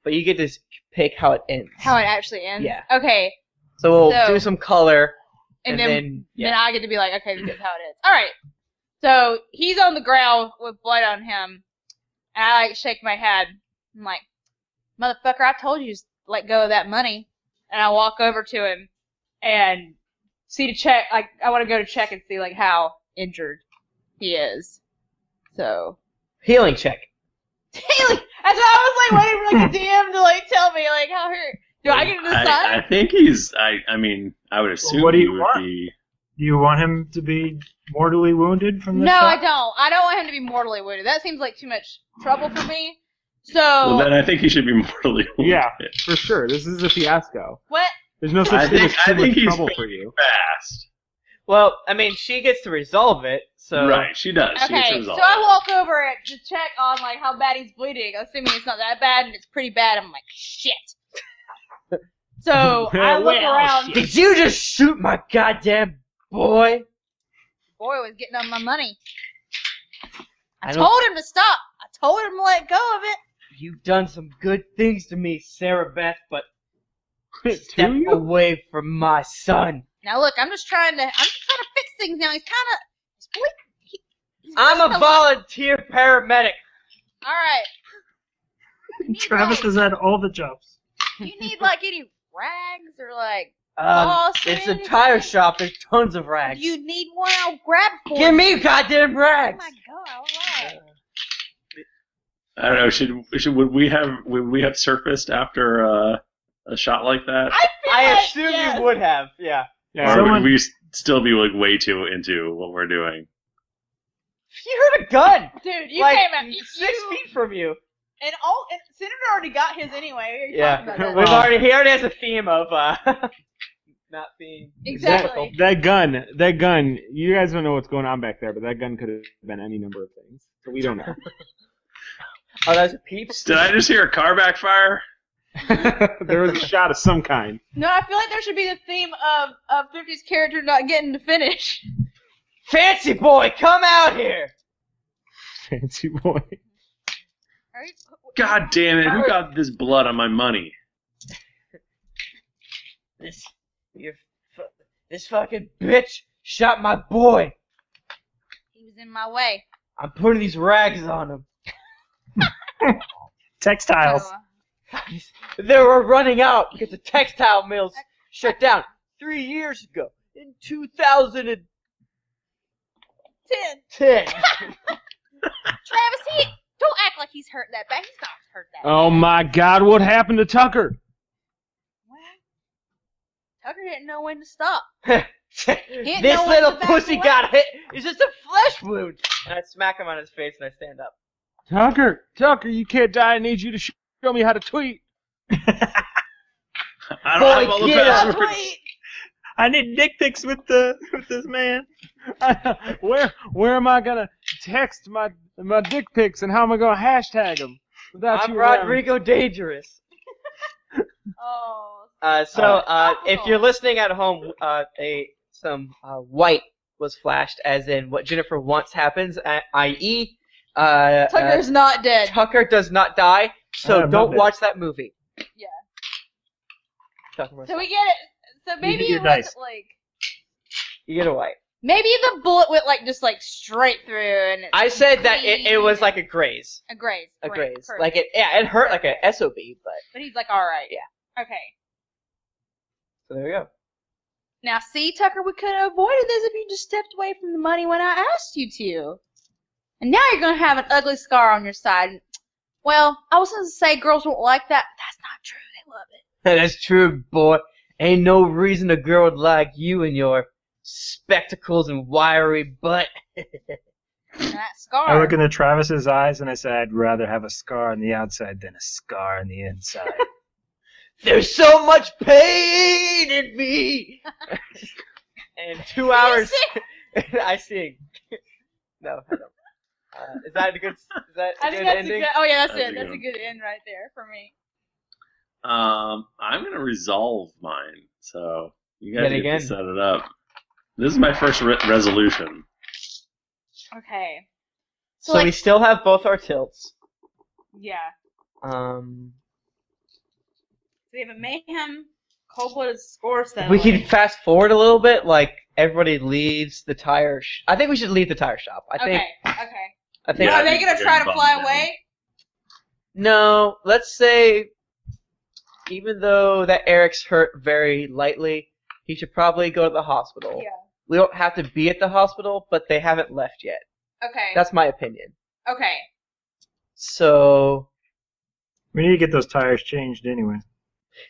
[SPEAKER 2] but you get to s- pick how it ends.
[SPEAKER 1] Mm-hmm. how it actually ends.
[SPEAKER 2] Yeah.
[SPEAKER 1] Okay.
[SPEAKER 2] so we'll
[SPEAKER 1] so-
[SPEAKER 2] do some color,
[SPEAKER 1] And,
[SPEAKER 2] and,
[SPEAKER 1] then,
[SPEAKER 2] then,
[SPEAKER 1] then
[SPEAKER 2] yeah,
[SPEAKER 1] I get to be like, okay, this is how it is. All right. So he's on the ground with blood on him, and I like shake my head. I'm like, motherfucker, I told you to let go of that money. And I walk over to him and see to check. Like I want to go to check and see like how injured he is. So
[SPEAKER 2] healing check.
[SPEAKER 1] Haley, and so I was like waiting for like a DM to like tell me like how hurt. Do I get to
[SPEAKER 3] I,
[SPEAKER 1] decide?
[SPEAKER 3] I think he's. I. I mean, I would assume
[SPEAKER 5] what do
[SPEAKER 3] he
[SPEAKER 5] you
[SPEAKER 3] would
[SPEAKER 5] want?
[SPEAKER 3] be.
[SPEAKER 5] Do you want him to be mortally wounded from the
[SPEAKER 1] No, I
[SPEAKER 5] shot?
[SPEAKER 1] don't. I don't want him to be mortally wounded. That seems like too much trouble for me. So
[SPEAKER 3] Well, then I think he should be mortally wounded.
[SPEAKER 4] Yeah. For sure. This is a fiasco.
[SPEAKER 1] what?
[SPEAKER 4] There's no such
[SPEAKER 3] I
[SPEAKER 4] thing
[SPEAKER 3] think-
[SPEAKER 4] as
[SPEAKER 3] I
[SPEAKER 4] too
[SPEAKER 3] think
[SPEAKER 4] much
[SPEAKER 3] he's-
[SPEAKER 4] trouble for you.
[SPEAKER 3] Fast.
[SPEAKER 2] Well, I mean, she gets to resolve it. So
[SPEAKER 3] right. She does. She gets
[SPEAKER 1] Okay, so
[SPEAKER 3] resolved.
[SPEAKER 1] I walk over and to check on like how bad he's bleeding, assuming it's not that bad, and it's pretty bad. I'm like, shit. So I look
[SPEAKER 4] Well,
[SPEAKER 1] around.
[SPEAKER 4] shit.
[SPEAKER 2] did you just shoot my goddamn boy?
[SPEAKER 1] Boy was getting on my money. I,
[SPEAKER 2] I don't-
[SPEAKER 1] told him to stop. I told him to let go of it.
[SPEAKER 2] You've done some good things to me, Sarah Beth, but step
[SPEAKER 4] to you?
[SPEAKER 2] away from my son.
[SPEAKER 1] Now look, I'm just trying to. I'm just trying to fix things. Now he's kind of. He's ble- he- he's
[SPEAKER 2] I'm
[SPEAKER 1] bleeding
[SPEAKER 2] a
[SPEAKER 1] lot.
[SPEAKER 2] volunteer paramedic.
[SPEAKER 1] All right.
[SPEAKER 5] Travis has had all the jobs.
[SPEAKER 1] Do you need like any rags or like
[SPEAKER 2] Um,
[SPEAKER 1] cloths or
[SPEAKER 2] it's a
[SPEAKER 1] anything?
[SPEAKER 2] tire shop. There's tons of
[SPEAKER 1] If
[SPEAKER 2] rags.
[SPEAKER 1] You need one? I'll grab for
[SPEAKER 2] Give
[SPEAKER 1] you.
[SPEAKER 2] me goddamn
[SPEAKER 1] Oh
[SPEAKER 2] rags.
[SPEAKER 1] my god! All right.
[SPEAKER 3] I don't know. Should, should would we have would we have surfaced after uh, a shot like that,
[SPEAKER 1] I feel
[SPEAKER 2] I
[SPEAKER 1] like,
[SPEAKER 2] assume
[SPEAKER 1] yes.
[SPEAKER 2] you would have, yeah.
[SPEAKER 4] Yeah.
[SPEAKER 3] or
[SPEAKER 5] Someone-
[SPEAKER 3] would we s- still be like way too into what we're doing?
[SPEAKER 2] You heard a gun,
[SPEAKER 1] Dude, you
[SPEAKER 2] like
[SPEAKER 1] came at me.
[SPEAKER 2] six
[SPEAKER 1] you,
[SPEAKER 2] feet from you.
[SPEAKER 1] And all and Senator already got his anyway. What are you
[SPEAKER 2] Yeah.
[SPEAKER 1] talking about
[SPEAKER 2] We've
[SPEAKER 1] that?
[SPEAKER 4] Well-
[SPEAKER 2] already he already has a theme of uh not being
[SPEAKER 1] exactly.
[SPEAKER 4] That, that gun, that gun. You guys don't know what's going on back there, but that gun could have been any number of things. So we don't know.
[SPEAKER 2] Oh that was a peep.
[SPEAKER 3] Did I just hear a car backfire?
[SPEAKER 4] there was a shot of some kind.
[SPEAKER 1] No, I feel like there should be the theme of of 50's character not getting to finish.
[SPEAKER 2] Fancy boy, come out here.
[SPEAKER 4] Fancy boy.
[SPEAKER 1] Are you-
[SPEAKER 3] God damn it! Who got this blood on my money?
[SPEAKER 2] This you f- this fucking bitch shot my boy.
[SPEAKER 1] He was in my way.
[SPEAKER 2] I'm putting these rags on him.
[SPEAKER 5] Textiles.
[SPEAKER 1] So, uh,
[SPEAKER 2] they were running out because the textile mills shut down three years ago in 2010.
[SPEAKER 1] Ten. Travis, he don't act like he's hurt that bad. He's not hurt that. bad.
[SPEAKER 4] Oh my God! What happened to Tucker?
[SPEAKER 1] Well, Tucker didn't know when to stop. Hit no
[SPEAKER 2] this
[SPEAKER 1] one
[SPEAKER 2] little
[SPEAKER 1] in the back
[SPEAKER 2] pussy
[SPEAKER 1] away.
[SPEAKER 2] got hit. It's just a flesh wound. And I smack him on his face and I stand up.
[SPEAKER 4] Tucker, Tucker, you can't die. I need you to sh- show me how to tweet.
[SPEAKER 3] I don't
[SPEAKER 2] Boy,
[SPEAKER 3] have all the
[SPEAKER 2] get up.
[SPEAKER 3] passwords.
[SPEAKER 5] I need dick pics with the with this man.
[SPEAKER 4] where where am I gonna text my my dick pics and how am I gonna hashtag them? Without
[SPEAKER 2] I'm
[SPEAKER 1] um,
[SPEAKER 4] you around?
[SPEAKER 2] Rodrigo Dangerous.
[SPEAKER 1] Oh,
[SPEAKER 2] Uh, so
[SPEAKER 4] Uh,
[SPEAKER 2] uh, if you're listening at home, uh, a some uh, white was flashed, as in what Jennifer wants happens, i- i.e., uh, uh,
[SPEAKER 1] Tucker's not dead.
[SPEAKER 2] Tucker does not die. So
[SPEAKER 5] I love
[SPEAKER 2] don't
[SPEAKER 5] it.
[SPEAKER 2] watch that movie.
[SPEAKER 1] Yeah.
[SPEAKER 2] Tucker was-
[SPEAKER 1] So we get it. So maybe
[SPEAKER 5] your
[SPEAKER 1] it was
[SPEAKER 5] dice.
[SPEAKER 1] like
[SPEAKER 2] you get a white.
[SPEAKER 1] maybe the bullet went like just like straight through and it's
[SPEAKER 2] I said that it, it was like a graze.
[SPEAKER 1] a graze.
[SPEAKER 2] A
[SPEAKER 1] great,
[SPEAKER 2] graze.
[SPEAKER 1] perfect.
[SPEAKER 2] Like it yeah, it hurt like a SOB, but
[SPEAKER 1] but he's like, all right,
[SPEAKER 2] Yeah.
[SPEAKER 1] okay.
[SPEAKER 2] so there we go.
[SPEAKER 1] Now, see, Tucker, we could have avoided this if you just stepped away from the money when I asked you to. And now you're gonna have an ugly scar on your side. Well, I was gonna say girls won't like that, but that's not true. They love it.
[SPEAKER 2] That's true, boy. Ain't no reason a girl would like you and your spectacles and wiry butt.
[SPEAKER 1] And that scar.
[SPEAKER 5] I look into Travis's eyes and I say, I'd rather have a scar on the outside than a scar on the inside.
[SPEAKER 2] There's so much pain in me. and two hours, I sing. no, I don't. Uh, is that a good? Is that a
[SPEAKER 1] I
[SPEAKER 2] good
[SPEAKER 1] think that's
[SPEAKER 2] ending?
[SPEAKER 1] a good. Oh yeah, that's,
[SPEAKER 3] That's
[SPEAKER 1] it.
[SPEAKER 3] a
[SPEAKER 1] That's
[SPEAKER 3] good
[SPEAKER 1] a good end right there for me.
[SPEAKER 3] Um, I'm gonna resolve mine. So you guys
[SPEAKER 2] Yet
[SPEAKER 3] get
[SPEAKER 2] again.
[SPEAKER 3] to set it up. This is my first re- resolution.
[SPEAKER 1] Okay.
[SPEAKER 2] So,
[SPEAKER 1] So, like-
[SPEAKER 2] we still have both our tilts.
[SPEAKER 1] Yeah.
[SPEAKER 2] Um,
[SPEAKER 1] So we have a mayhem, cold blooded score set.
[SPEAKER 2] we can fast forward a little bit. Like everybody leaves the tire. Sh- I think we should leave the tire shop. I think.
[SPEAKER 1] Okay. Okay.
[SPEAKER 2] I think.
[SPEAKER 3] Yeah,
[SPEAKER 1] Are
[SPEAKER 3] I
[SPEAKER 1] they
[SPEAKER 3] think
[SPEAKER 1] gonna
[SPEAKER 3] they're
[SPEAKER 1] try to
[SPEAKER 3] bummed
[SPEAKER 1] fly
[SPEAKER 3] down.
[SPEAKER 1] away?
[SPEAKER 2] No, let's say even though that Eric's hurt very lightly, he should probably go to the hospital.
[SPEAKER 1] Yeah.
[SPEAKER 2] We don't have to be at the hospital, but they haven't left yet.
[SPEAKER 1] Okay.
[SPEAKER 2] That's my opinion.
[SPEAKER 1] okay.
[SPEAKER 2] So,
[SPEAKER 5] we need to get those tires changed anyway.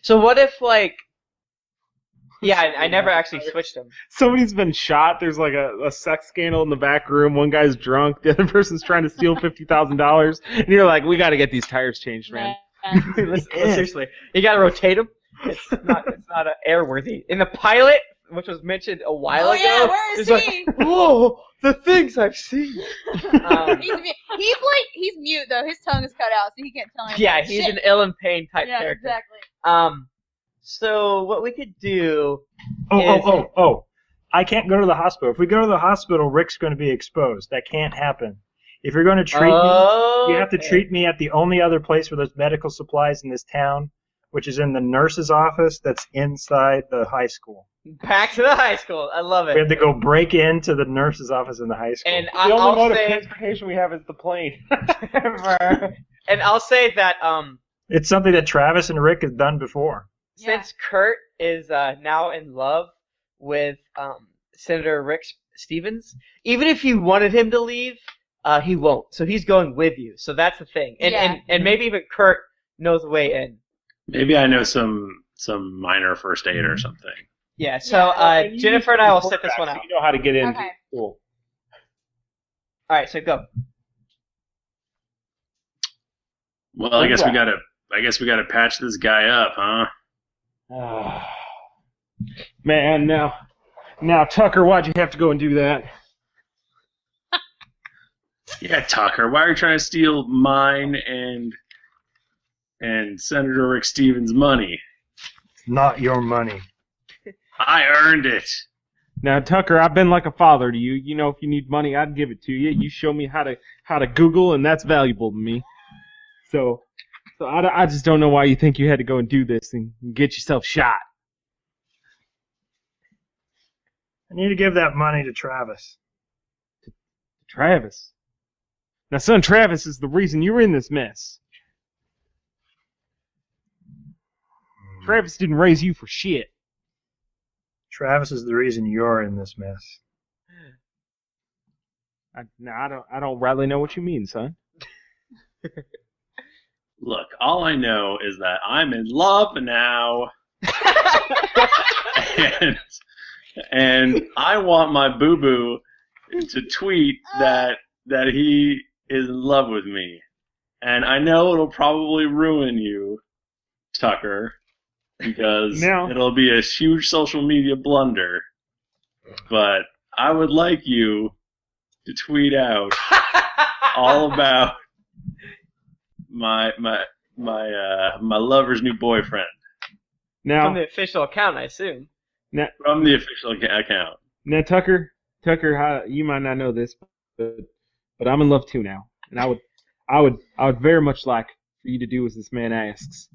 [SPEAKER 2] so what if like yeah, I, I never actually switched them.
[SPEAKER 4] Somebody's been shot. There's like a, a sex scandal in the back room. One guy's drunk. The other person's trying to steal fifty thousand dollars. And you're like, we got to get these tires changed, man.
[SPEAKER 1] Yeah.
[SPEAKER 2] Let's- let's seriously, you gotta rotate them. It's not, it's not uh, airworthy. In the pilot, which was mentioned a while
[SPEAKER 1] oh
[SPEAKER 2] ago,
[SPEAKER 1] yeah, where is
[SPEAKER 2] it's
[SPEAKER 1] he?
[SPEAKER 2] like, Whoa, Oh, the things I've seen. Um,
[SPEAKER 1] he's, mute. he's like he's mute though. His tongue is cut out, so he can't tell anything.
[SPEAKER 2] yeah, he's
[SPEAKER 1] Shit.
[SPEAKER 2] an Ellen Payne type
[SPEAKER 1] yeah,
[SPEAKER 2] character.
[SPEAKER 1] exactly.
[SPEAKER 2] Um, so what we could do?
[SPEAKER 5] Oh,
[SPEAKER 2] is-
[SPEAKER 5] oh, oh, oh. I can't go to the hospital. If we go to the hospital, Rick's going to be exposed. That can't happen. If you're going to treat
[SPEAKER 2] uh,
[SPEAKER 5] me, you have to
[SPEAKER 2] Okay.
[SPEAKER 5] treat me at the only other place where there's medical supplies in this town, which is in the nurse's office that's inside the high school.
[SPEAKER 2] back to the high school. I love
[SPEAKER 5] We have
[SPEAKER 2] it.
[SPEAKER 5] to go break into the nurse's office in the high school.
[SPEAKER 2] And I, I'll say,
[SPEAKER 4] transportation we have is the plane.
[SPEAKER 2] and I'll say that um,
[SPEAKER 5] it's something that Travis and Rick have done before.
[SPEAKER 1] Yeah.
[SPEAKER 2] since Kurt is uh, now in love with um, Senator Rick S- Stevens, even if you wanted him to leave, uh, he won't. So he's going with you. So that's the thing. And
[SPEAKER 1] Yeah.
[SPEAKER 2] and, and maybe even Kurt knows the way in.
[SPEAKER 3] Maybe I know some some minor first aid or something.
[SPEAKER 2] Yeah. So uh, Jennifer and I will set this one out.
[SPEAKER 4] You know how to get in.
[SPEAKER 1] Okay.
[SPEAKER 4] Cool.
[SPEAKER 2] All right. So go.
[SPEAKER 3] Well, I guess we gotta. I guess we gotta patch this guy up, huh?
[SPEAKER 4] Ah. man, now, now Tucker, why'd you have to go and do that?
[SPEAKER 3] Yeah, Tucker. Why are you trying to steal mine and and Senator Rick Stevens' money?
[SPEAKER 5] Not your money.
[SPEAKER 3] I earned it.
[SPEAKER 4] Now, Tucker, I've been like a father to you. You know, if you need money, I'd give it to you. You show me how to how to Google, and that's valuable to me. So, so I, d- I just don't know why you think you had to go and do this and get yourself shot.
[SPEAKER 5] I need to give that money to Travis.
[SPEAKER 4] Travis. Now, son, Travis is the reason you're in this mess. Travis didn't raise you for shit.
[SPEAKER 5] Travis is the reason you're in this mess.
[SPEAKER 4] I, now, I don't, I don't rightly know what you mean, son.
[SPEAKER 3] Look, all I know is that I'm in love now. and, and I want my boo boo to tweet that that he is in love with me. And I know it'll probably ruin you, Tucker, because
[SPEAKER 4] No.
[SPEAKER 3] it'll be a huge social media blunder. But I would like you to tweet out all about my my my uh my lover's new boyfriend
[SPEAKER 4] Now,
[SPEAKER 2] From the official account, I assume.
[SPEAKER 3] from the official ac- account.
[SPEAKER 4] Now, Tucker, Tucker, how, you might not know this, but but I'm in love too now, and I would, I would, I would very much like for you to do as this man asks,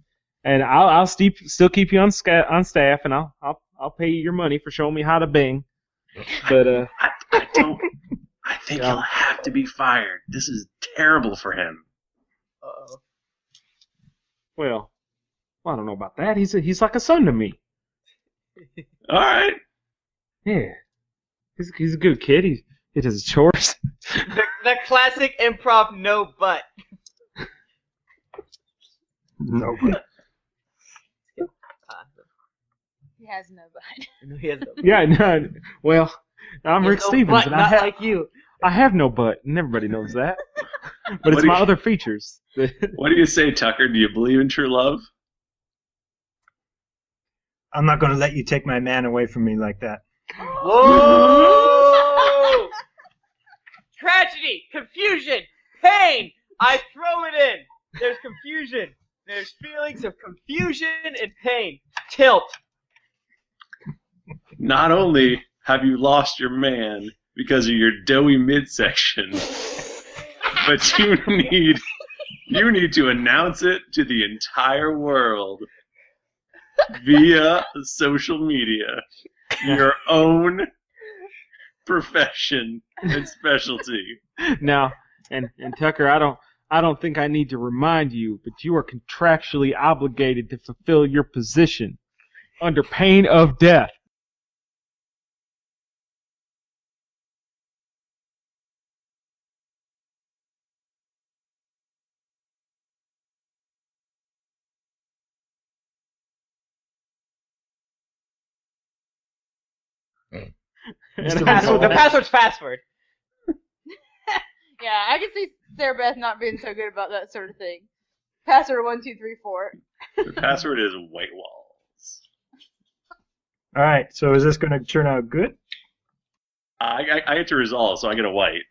[SPEAKER 4] and I'll I'll steep, still keep you on sca- on staff, and I'll I'll I'll pay you your money for showing me how to bing, but uh,
[SPEAKER 3] I, I don't. I think
[SPEAKER 4] Yeah.
[SPEAKER 3] he'll have to be fired. This is terrible for him.
[SPEAKER 2] Uh-oh.
[SPEAKER 4] well, well, I don't know about that. He's a, he's like a son to me.
[SPEAKER 3] All right.
[SPEAKER 4] Yeah, he's he's a good kid. He he does his chores.
[SPEAKER 2] The, the classic improv no but.
[SPEAKER 5] No, but
[SPEAKER 1] He has no butt.
[SPEAKER 2] No, Uh, he has no
[SPEAKER 4] yeah, no, well, I'm
[SPEAKER 2] He has
[SPEAKER 4] Rick
[SPEAKER 2] no
[SPEAKER 4] Stevens,
[SPEAKER 2] butt,
[SPEAKER 4] and I
[SPEAKER 2] not
[SPEAKER 4] have.
[SPEAKER 2] like you.
[SPEAKER 4] I have no butt, and everybody knows that. But
[SPEAKER 3] What
[SPEAKER 4] it's
[SPEAKER 3] do
[SPEAKER 4] my
[SPEAKER 3] you-
[SPEAKER 4] other features.
[SPEAKER 3] What do you say, Tucker? Do you believe in true love?
[SPEAKER 5] I'm not going to let you take my man away from me like that.
[SPEAKER 2] Whoa! Tragedy, confusion, pain. I throw it in. There's confusion. There's feelings of confusion and pain. Tilt.
[SPEAKER 3] Not only have you lost your man because of your doughy midsection, but you need you need to announce it to the entire world via social media, your own profession and specialty.
[SPEAKER 4] now, and and Tucker, I don't I don't think I need to remind you, but you are contractually obligated to fulfill your position under pain of death.
[SPEAKER 5] Mr.
[SPEAKER 4] I-
[SPEAKER 2] Password.
[SPEAKER 5] Resolve.
[SPEAKER 2] The password's password.
[SPEAKER 1] Yeah, I can see Sarah Beth not being so good about that sort of thing. Password one two three four.
[SPEAKER 3] The password is white walls.
[SPEAKER 5] All right, so is this going to turn out good?
[SPEAKER 3] I, I, I get to resolve, so I get a white.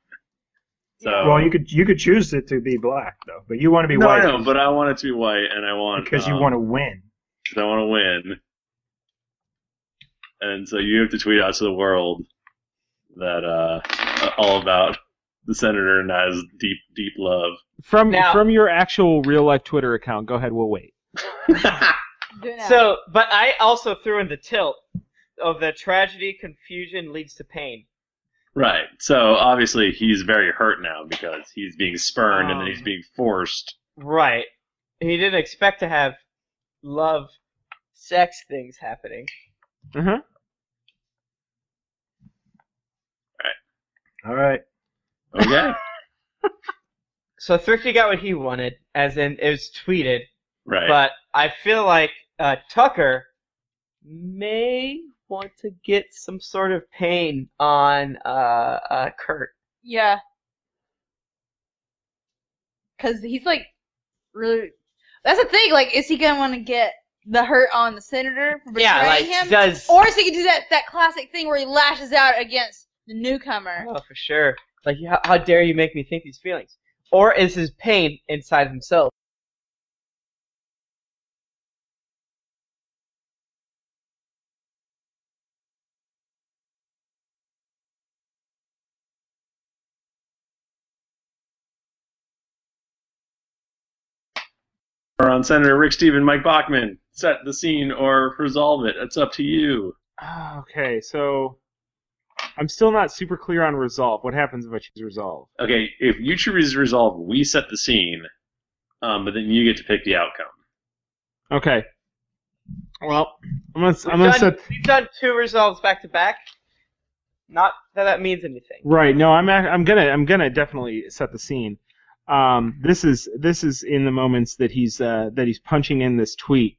[SPEAKER 3] So
[SPEAKER 5] Well, you could you could choose it to be black though, but you want to be
[SPEAKER 3] Oh. no,
[SPEAKER 5] white
[SPEAKER 3] I know, but I want it to be white, and I want
[SPEAKER 5] because you
[SPEAKER 3] um,
[SPEAKER 5] want to win.
[SPEAKER 3] 'cause I want to win. And so you have to tweet out to the world that uh, all about the senator and I's deep, deep love.
[SPEAKER 4] From
[SPEAKER 2] Now-
[SPEAKER 4] from your actual real life Twitter account, go ahead, we'll wait.
[SPEAKER 1] Do now.
[SPEAKER 2] So, but I also threw in the tilt of the tragedy, confusion leads to pain.
[SPEAKER 3] right. So obviously he's very hurt now because he's being spurned and then he's being forced.
[SPEAKER 2] Right. He didn't expect to have love, sex things happening.
[SPEAKER 4] Uh-huh.
[SPEAKER 5] All right,
[SPEAKER 3] Okay.
[SPEAKER 2] So Thrifty got what he wanted, as in it was tweeted.
[SPEAKER 3] right.
[SPEAKER 2] But I feel like uh, Tucker may want to get some sort of pain on uh, uh, Kurt.
[SPEAKER 1] yeah, because he's like really. That's the thing. Like, is he gonna want to get the hurt on the senator for betraying
[SPEAKER 2] yeah, like
[SPEAKER 1] him,
[SPEAKER 2] does
[SPEAKER 1] or is he gonna do that that classic thing where he lashes out against the newcomer?
[SPEAKER 2] oh for sure. Like how, how dare you make me think these feelings? Or is his pain inside himself?
[SPEAKER 3] Or on Senator Rick Steven, Mike Bachman, set the scene or resolve it. It's up to you.
[SPEAKER 4] Ah, Okay, so I'm still not super clear on resolve. What happens if I choose resolve?
[SPEAKER 3] Okay, if you choose resolve, we set the scene, um, but then you get to pick the outcome.
[SPEAKER 4] Okay. Well, I'm gonna
[SPEAKER 2] We've
[SPEAKER 4] I'm gonna
[SPEAKER 2] done,
[SPEAKER 4] set
[SPEAKER 2] we've done two resolves back to back. Not that that means anything.
[SPEAKER 4] right. No, I'm ac- I'm gonna I'm gonna definitely set the scene. Um, this is this is in the moments that he's uh, that he's punching in this tweet.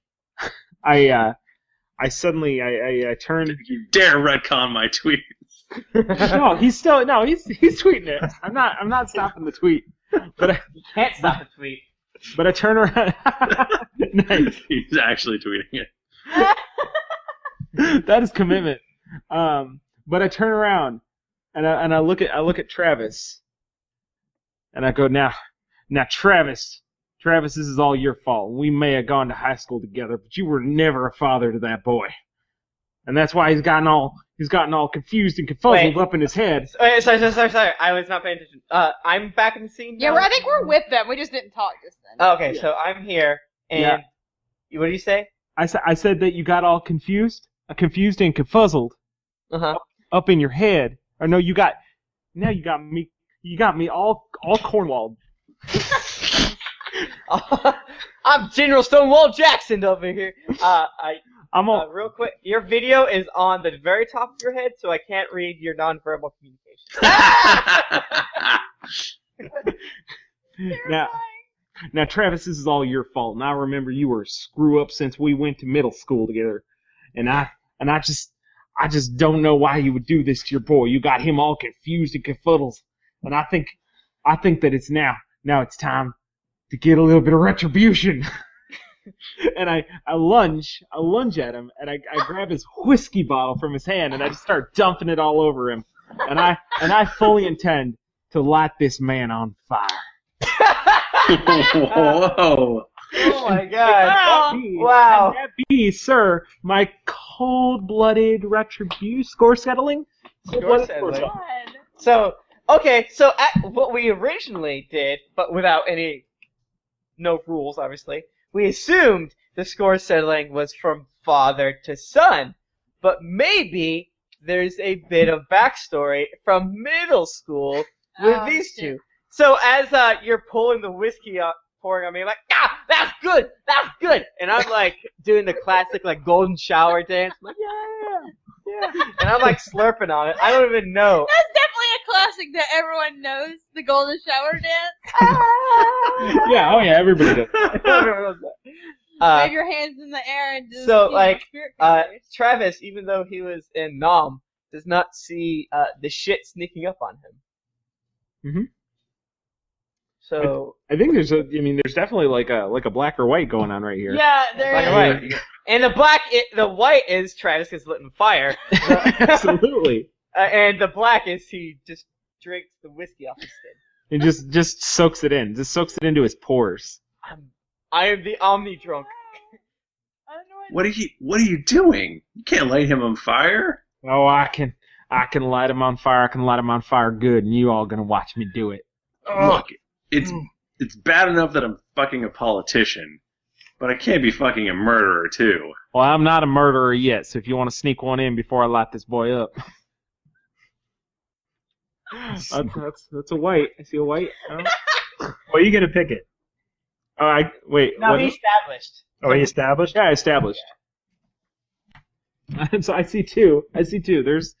[SPEAKER 4] I uh, I suddenly I I, I turn.
[SPEAKER 3] You dare retcon my tweet.
[SPEAKER 4] no, he's still no he's he's tweeting it. I'm not I'm not stopping the tweet. But I,
[SPEAKER 2] You can't stop the tweet.
[SPEAKER 4] but I turn around. nice.
[SPEAKER 3] He's actually tweeting it.
[SPEAKER 4] that is commitment. Um, but I turn around and I and I look at I look at Travis, and I go now, now Travis, Travis, this is all your fault. We may have gone to high school together, but you were never a father to that boy, and that's why he's gotten all he's gotten all confused and confuzzled
[SPEAKER 2] Wait.
[SPEAKER 4] up in his head.
[SPEAKER 2] Oh, yeah, sorry, sorry, sorry, sorry. I was not paying attention. Uh, I'm back in the scene.
[SPEAKER 1] Yeah,
[SPEAKER 2] now?
[SPEAKER 1] we're, I think we're with them. We just didn't talk just then.
[SPEAKER 2] Oh, okay, so I'm here, and
[SPEAKER 4] Yeah.
[SPEAKER 2] you- what do you say?
[SPEAKER 4] I sa- I said that you got all confused, uh, confused and confuzzled
[SPEAKER 2] Uh huh.
[SPEAKER 4] up in your head. Or no, you got now you got me you got me all all cornwalled.
[SPEAKER 2] I'm General Stonewall Jackson over here. Uh, I,
[SPEAKER 4] I'm all
[SPEAKER 2] uh, real quick, your video is on the very top of your head, so I can't read your nonverbal communication.
[SPEAKER 4] now.
[SPEAKER 1] Oh
[SPEAKER 4] Now, Travis, this is all your fault, and I remember you were a screw up since we went to middle school together, and I and I just I just don't know why you would do this to your boy. You got him all confused and confuddled, and I think I think that it's now now it's time to get a little bit of retribution. and I I lunge I lunge at him, and I I grab his whiskey bottle from his hand, and I just start dumping it all over him, and I and I fully intend to light this man on fire.
[SPEAKER 3] Whoa.
[SPEAKER 2] oh my god.
[SPEAKER 4] That be-
[SPEAKER 2] Wow.
[SPEAKER 4] and that be, sir, my cold-blooded retribution score settling. Cold-blooded
[SPEAKER 2] settling.
[SPEAKER 4] score
[SPEAKER 1] God.
[SPEAKER 2] So, okay, so at, what we originally did, but without any, no rules, obviously, we assumed the score settling was from father to son. But maybe there's a bit of backstory from middle school with
[SPEAKER 1] Oh,
[SPEAKER 2] these
[SPEAKER 1] shit.
[SPEAKER 2] two. So as uh, you're pulling the whiskey up, pouring on me, like, ah, that's good, that's good. And I'm like doing the classic, like, golden shower dance. I'm like, yeah, yeah. And I'm like slurping on it. I don't even know.
[SPEAKER 1] That's definitely a classic that everyone knows. The golden shower dance.
[SPEAKER 4] settling. yeah, oh yeah, everybody does.
[SPEAKER 2] uh,
[SPEAKER 1] Wave your hands in the air and just
[SPEAKER 2] so,
[SPEAKER 1] you know,
[SPEAKER 2] like,
[SPEAKER 1] spirit
[SPEAKER 2] uh,
[SPEAKER 1] colors.
[SPEAKER 2] Travis, even though he was in Nom, does not see uh, the shit sneaking up on him.
[SPEAKER 4] Mhm.
[SPEAKER 2] So
[SPEAKER 4] I think there's a, I mean, there's definitely like a like a black or white going on right here.
[SPEAKER 1] yeah, there
[SPEAKER 2] black
[SPEAKER 1] is.
[SPEAKER 2] and white, and the black, i the white is Travis gets lit on fire, uh,
[SPEAKER 4] absolutely.
[SPEAKER 2] and the black is he just drinks the whiskey off his skin.
[SPEAKER 4] It just just soaks it in, just soaks it into his pores.
[SPEAKER 2] I'm, I am the omni drunk.
[SPEAKER 1] I don't know
[SPEAKER 3] What are you what are you doing? You can't light him on fire.
[SPEAKER 4] Oh, I can I can light him on fire. I can light him on fire good, and you all gonna watch me do it.
[SPEAKER 2] Oh.
[SPEAKER 3] Look, it's
[SPEAKER 2] Mm.
[SPEAKER 3] it's bad enough that I'm fucking a politician, but I can't be fucking a murderer too.
[SPEAKER 4] Well, I'm not a murderer yet, so if you want to sneak one in before I light this boy up. that's, that's, that's a white. I see a white. Oh,
[SPEAKER 5] Well, you get to pick it.
[SPEAKER 4] Oh, I, wait.
[SPEAKER 2] Now
[SPEAKER 4] what-
[SPEAKER 2] he established.
[SPEAKER 5] Oh, he established.
[SPEAKER 4] Yeah, established. so I see two. I see two. There's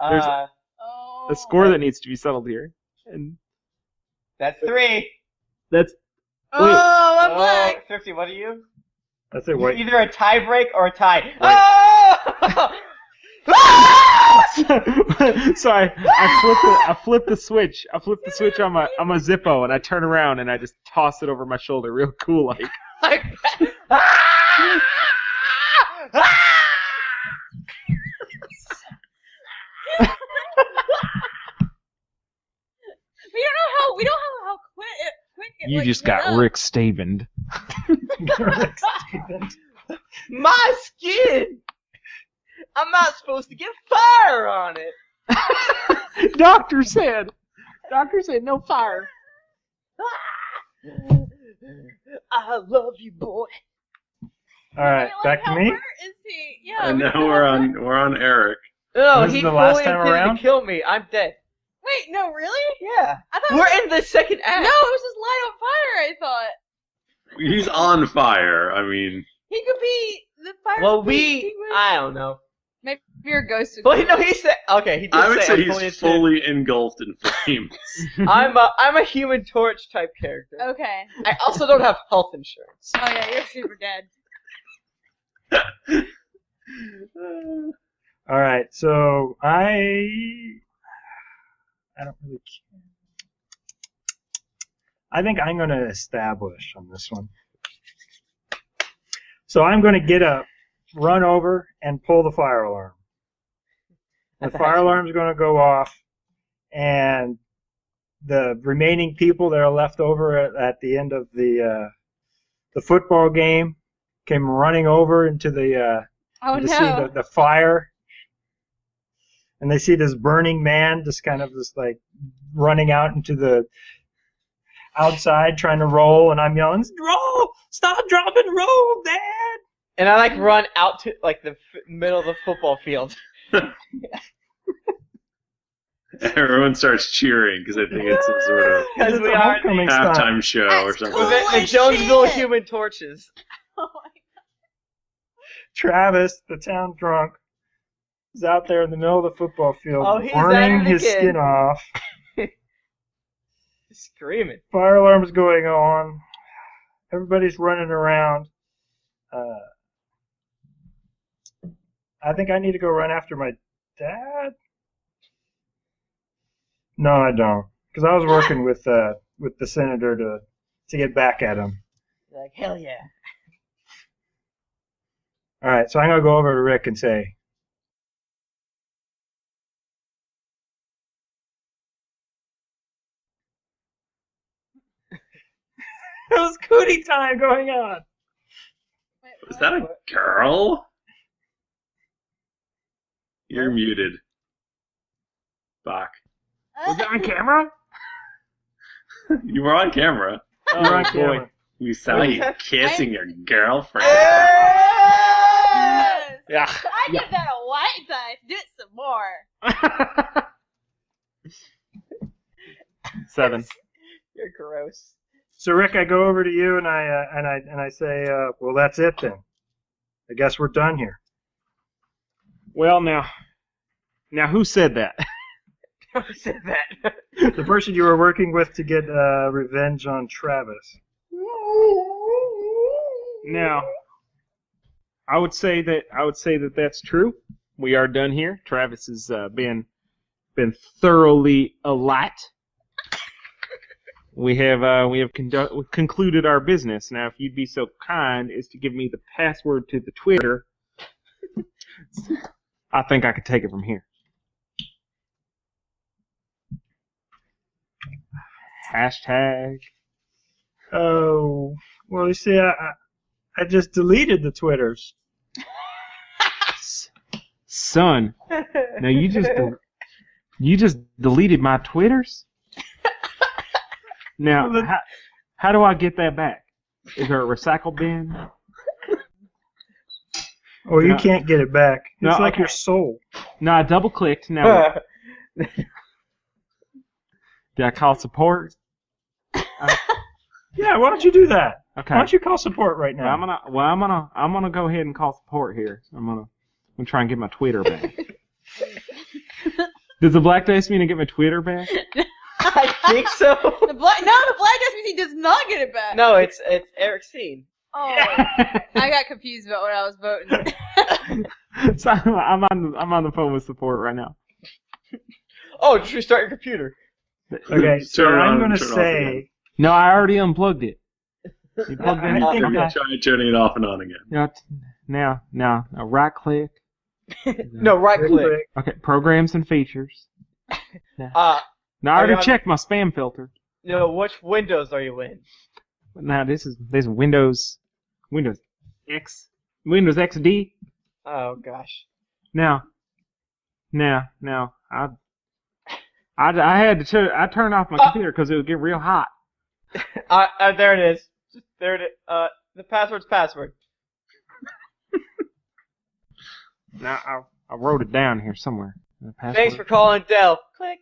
[SPEAKER 4] There's-
[SPEAKER 2] Uh,
[SPEAKER 1] Oh,
[SPEAKER 4] a score that needs to be settled here, and
[SPEAKER 2] that's three.
[SPEAKER 4] that's
[SPEAKER 1] Oh, I'm
[SPEAKER 2] Oh,
[SPEAKER 1] black.
[SPEAKER 2] Thrifty, what are you?
[SPEAKER 5] That's it.
[SPEAKER 2] It's
[SPEAKER 5] Wait.
[SPEAKER 2] Either a tie break or a tie. Oh! Oh!
[SPEAKER 4] so I, I flip the I flip the switch. I flip the switch on my on my Zippo, and I turn around and I just toss it over my shoulder, real cool like.
[SPEAKER 2] Like,
[SPEAKER 1] We don't know how we don't know how quick it, quick it
[SPEAKER 4] You
[SPEAKER 1] like,
[SPEAKER 4] just
[SPEAKER 1] lit
[SPEAKER 4] got
[SPEAKER 1] up.
[SPEAKER 4] Rick Stavened.
[SPEAKER 2] my skin. I'm not supposed to get fire on it.
[SPEAKER 4] Doctor said. Doctor said no fire.
[SPEAKER 2] I love you, boy.
[SPEAKER 5] All right,
[SPEAKER 1] Wait, like,
[SPEAKER 5] back to
[SPEAKER 1] how
[SPEAKER 5] me.
[SPEAKER 1] hurt is he? Yeah.
[SPEAKER 3] And
[SPEAKER 1] we
[SPEAKER 3] now
[SPEAKER 1] don't
[SPEAKER 3] we're
[SPEAKER 1] know.
[SPEAKER 3] on we're on Eric.
[SPEAKER 2] No, Oh,
[SPEAKER 5] This is
[SPEAKER 2] he
[SPEAKER 5] the
[SPEAKER 2] fully
[SPEAKER 5] last time
[SPEAKER 2] intended
[SPEAKER 5] around?
[SPEAKER 2] to kill me. I'm dead.
[SPEAKER 1] Wait, no, really?
[SPEAKER 2] Yeah.
[SPEAKER 1] I thought
[SPEAKER 2] We're in the second act.
[SPEAKER 1] No, it was just light on fire. I thought
[SPEAKER 3] He's on fire. I mean,
[SPEAKER 1] he could be the fire.
[SPEAKER 2] Well,
[SPEAKER 1] could
[SPEAKER 2] we.
[SPEAKER 1] be extinguished.
[SPEAKER 2] I don't know.
[SPEAKER 1] maybe you're a ghost. of-
[SPEAKER 2] Well, no, he said. Okay, he did
[SPEAKER 3] I would
[SPEAKER 2] say,
[SPEAKER 3] say
[SPEAKER 2] I'm fully intended-
[SPEAKER 3] he's fully engulfed in flames.
[SPEAKER 2] I'm a, I'm a human torch type character.
[SPEAKER 1] Okay.
[SPEAKER 2] I also don't have health insurance.
[SPEAKER 1] Oh yeah, you're super dead.
[SPEAKER 5] All right, so I I don't really care. I think I'm going to establish on this one. So I'm going to get up, run over, and pull the fire alarm. The fire alarm's going to go off, and the remaining people that are left over at, at the end of the uh, the football game came running over into the uh,
[SPEAKER 1] Oh
[SPEAKER 5] to see
[SPEAKER 1] no.
[SPEAKER 5] the, the fire. And they see this burning man just kind of just like running out into the outside trying to roll. And I'm yelling, Roll! Stop, drop, and roll, Dad!
[SPEAKER 2] And I like run out to like the f- middle of the football field.
[SPEAKER 3] Everyone starts cheering because I think it's some sort of
[SPEAKER 2] Because
[SPEAKER 5] It's
[SPEAKER 2] we
[SPEAKER 5] a
[SPEAKER 2] are
[SPEAKER 5] homecoming stunt.
[SPEAKER 3] halftime show or
[SPEAKER 1] That's
[SPEAKER 3] something.
[SPEAKER 2] The,
[SPEAKER 1] cool.
[SPEAKER 2] the
[SPEAKER 1] Holy
[SPEAKER 2] Jonesville
[SPEAKER 1] shit.
[SPEAKER 2] Human Torches.
[SPEAKER 1] Oh my-
[SPEAKER 5] Travis, the town drunk, is out there in the middle of the football field
[SPEAKER 2] Oh, he's at
[SPEAKER 5] burning
[SPEAKER 2] it
[SPEAKER 5] his
[SPEAKER 2] again.
[SPEAKER 5] skin off.
[SPEAKER 2] Screaming.
[SPEAKER 5] Fire alarm's going on. Everybody's running around. Uh, I think I need to go run after my dad. No, I don't, because I was working with uh, with the senator to to get back at him.
[SPEAKER 2] Like hell yeah.
[SPEAKER 5] All right, so I'm gonna go over to Rick and say, "It was cootie time going on."
[SPEAKER 1] wait,
[SPEAKER 3] Is
[SPEAKER 1] what?
[SPEAKER 3] that a girl? You're muted. Bach.
[SPEAKER 1] Oh,
[SPEAKER 4] Was it on camera?
[SPEAKER 3] You were on camera.
[SPEAKER 4] Oh,
[SPEAKER 5] You're on
[SPEAKER 4] boy.
[SPEAKER 5] camera.
[SPEAKER 3] We saw you kissing your girlfriend.
[SPEAKER 1] Yes.
[SPEAKER 4] Yeah.
[SPEAKER 1] I give that a white dice. Do it some more.
[SPEAKER 4] Seven.
[SPEAKER 2] You're gross.
[SPEAKER 5] So Rick, I go over to you and I uh, and I and I say, uh, "Well, that's it then. I guess we're done here."
[SPEAKER 4] Well, now, now who said that?
[SPEAKER 2] Who said that?
[SPEAKER 5] the person you were working with to get uh, revenge on Travis.
[SPEAKER 4] Now, I would say that I would say that that's true. We are done here. Travis has uh, been been thoroughly a lot. We have uh, we have conduct- we've concluded our business. Now, if you'd be so kind as to give me the password to the Twitter, I think I could take it from here. Hashtag.
[SPEAKER 5] Oh, well, you see, I I- I just deleted the twitters.
[SPEAKER 4] S- Son, now you just del- you just deleted my twitters. Now,
[SPEAKER 5] Well, the-
[SPEAKER 4] how, how do I get that back? Is there a recycle bin?
[SPEAKER 5] Oh, you
[SPEAKER 4] No.
[SPEAKER 5] can't get it back. It's
[SPEAKER 4] No,
[SPEAKER 5] like
[SPEAKER 4] okay.
[SPEAKER 5] your soul.
[SPEAKER 4] No, I double clicked. Now,
[SPEAKER 2] Uh,
[SPEAKER 4] did I call support?
[SPEAKER 5] Yeah, why don't you do that?
[SPEAKER 4] Okay.
[SPEAKER 5] Why don't you call support right
[SPEAKER 4] Well, I'm
[SPEAKER 5] now?
[SPEAKER 4] gonna well, I'm gonna I'm gonna go ahead and call support here. I'm gonna I'm gonna try and get my Twitter back. Does the black dice mean to get my Twitter back?
[SPEAKER 2] I think so.
[SPEAKER 1] The black no, the black dice means he does not get it back.
[SPEAKER 2] No, it's it's Eric Steen.
[SPEAKER 1] Oh, I got confused about what I was voting.
[SPEAKER 4] so I'm, I'm on I'm on the phone with support right now.
[SPEAKER 2] Oh, just restart your computer.
[SPEAKER 5] Okay, so
[SPEAKER 3] Turn it on
[SPEAKER 5] I'm
[SPEAKER 3] and
[SPEAKER 5] going to
[SPEAKER 3] turn it off
[SPEAKER 5] say
[SPEAKER 4] No, I already unplugged it. You plugged in.
[SPEAKER 5] I
[SPEAKER 3] I'm
[SPEAKER 5] think
[SPEAKER 3] gonna
[SPEAKER 5] I-
[SPEAKER 3] try turning it off and on again.
[SPEAKER 4] Now, now, now, now right click. Mm.
[SPEAKER 2] No, right click.
[SPEAKER 5] click.
[SPEAKER 4] Okay, programs and features.
[SPEAKER 2] Uh,
[SPEAKER 4] Now I
[SPEAKER 2] Are you
[SPEAKER 4] already
[SPEAKER 2] on-
[SPEAKER 4] checked my spam filter.
[SPEAKER 2] no, which Windows are you in?
[SPEAKER 4] But now this is this is Windows, Windows X, Windows XD.
[SPEAKER 2] Oh gosh.
[SPEAKER 4] Now, now, now, I, I, I had to turn I turned off my
[SPEAKER 2] Uh.
[SPEAKER 4] computer because it would get real hot.
[SPEAKER 2] Uh, uh, there it is. Just- There it. Is. Uh, the password's password.
[SPEAKER 4] Now I, I wrote it down here somewhere. The password.
[SPEAKER 2] Thanks for calling Dell. Click.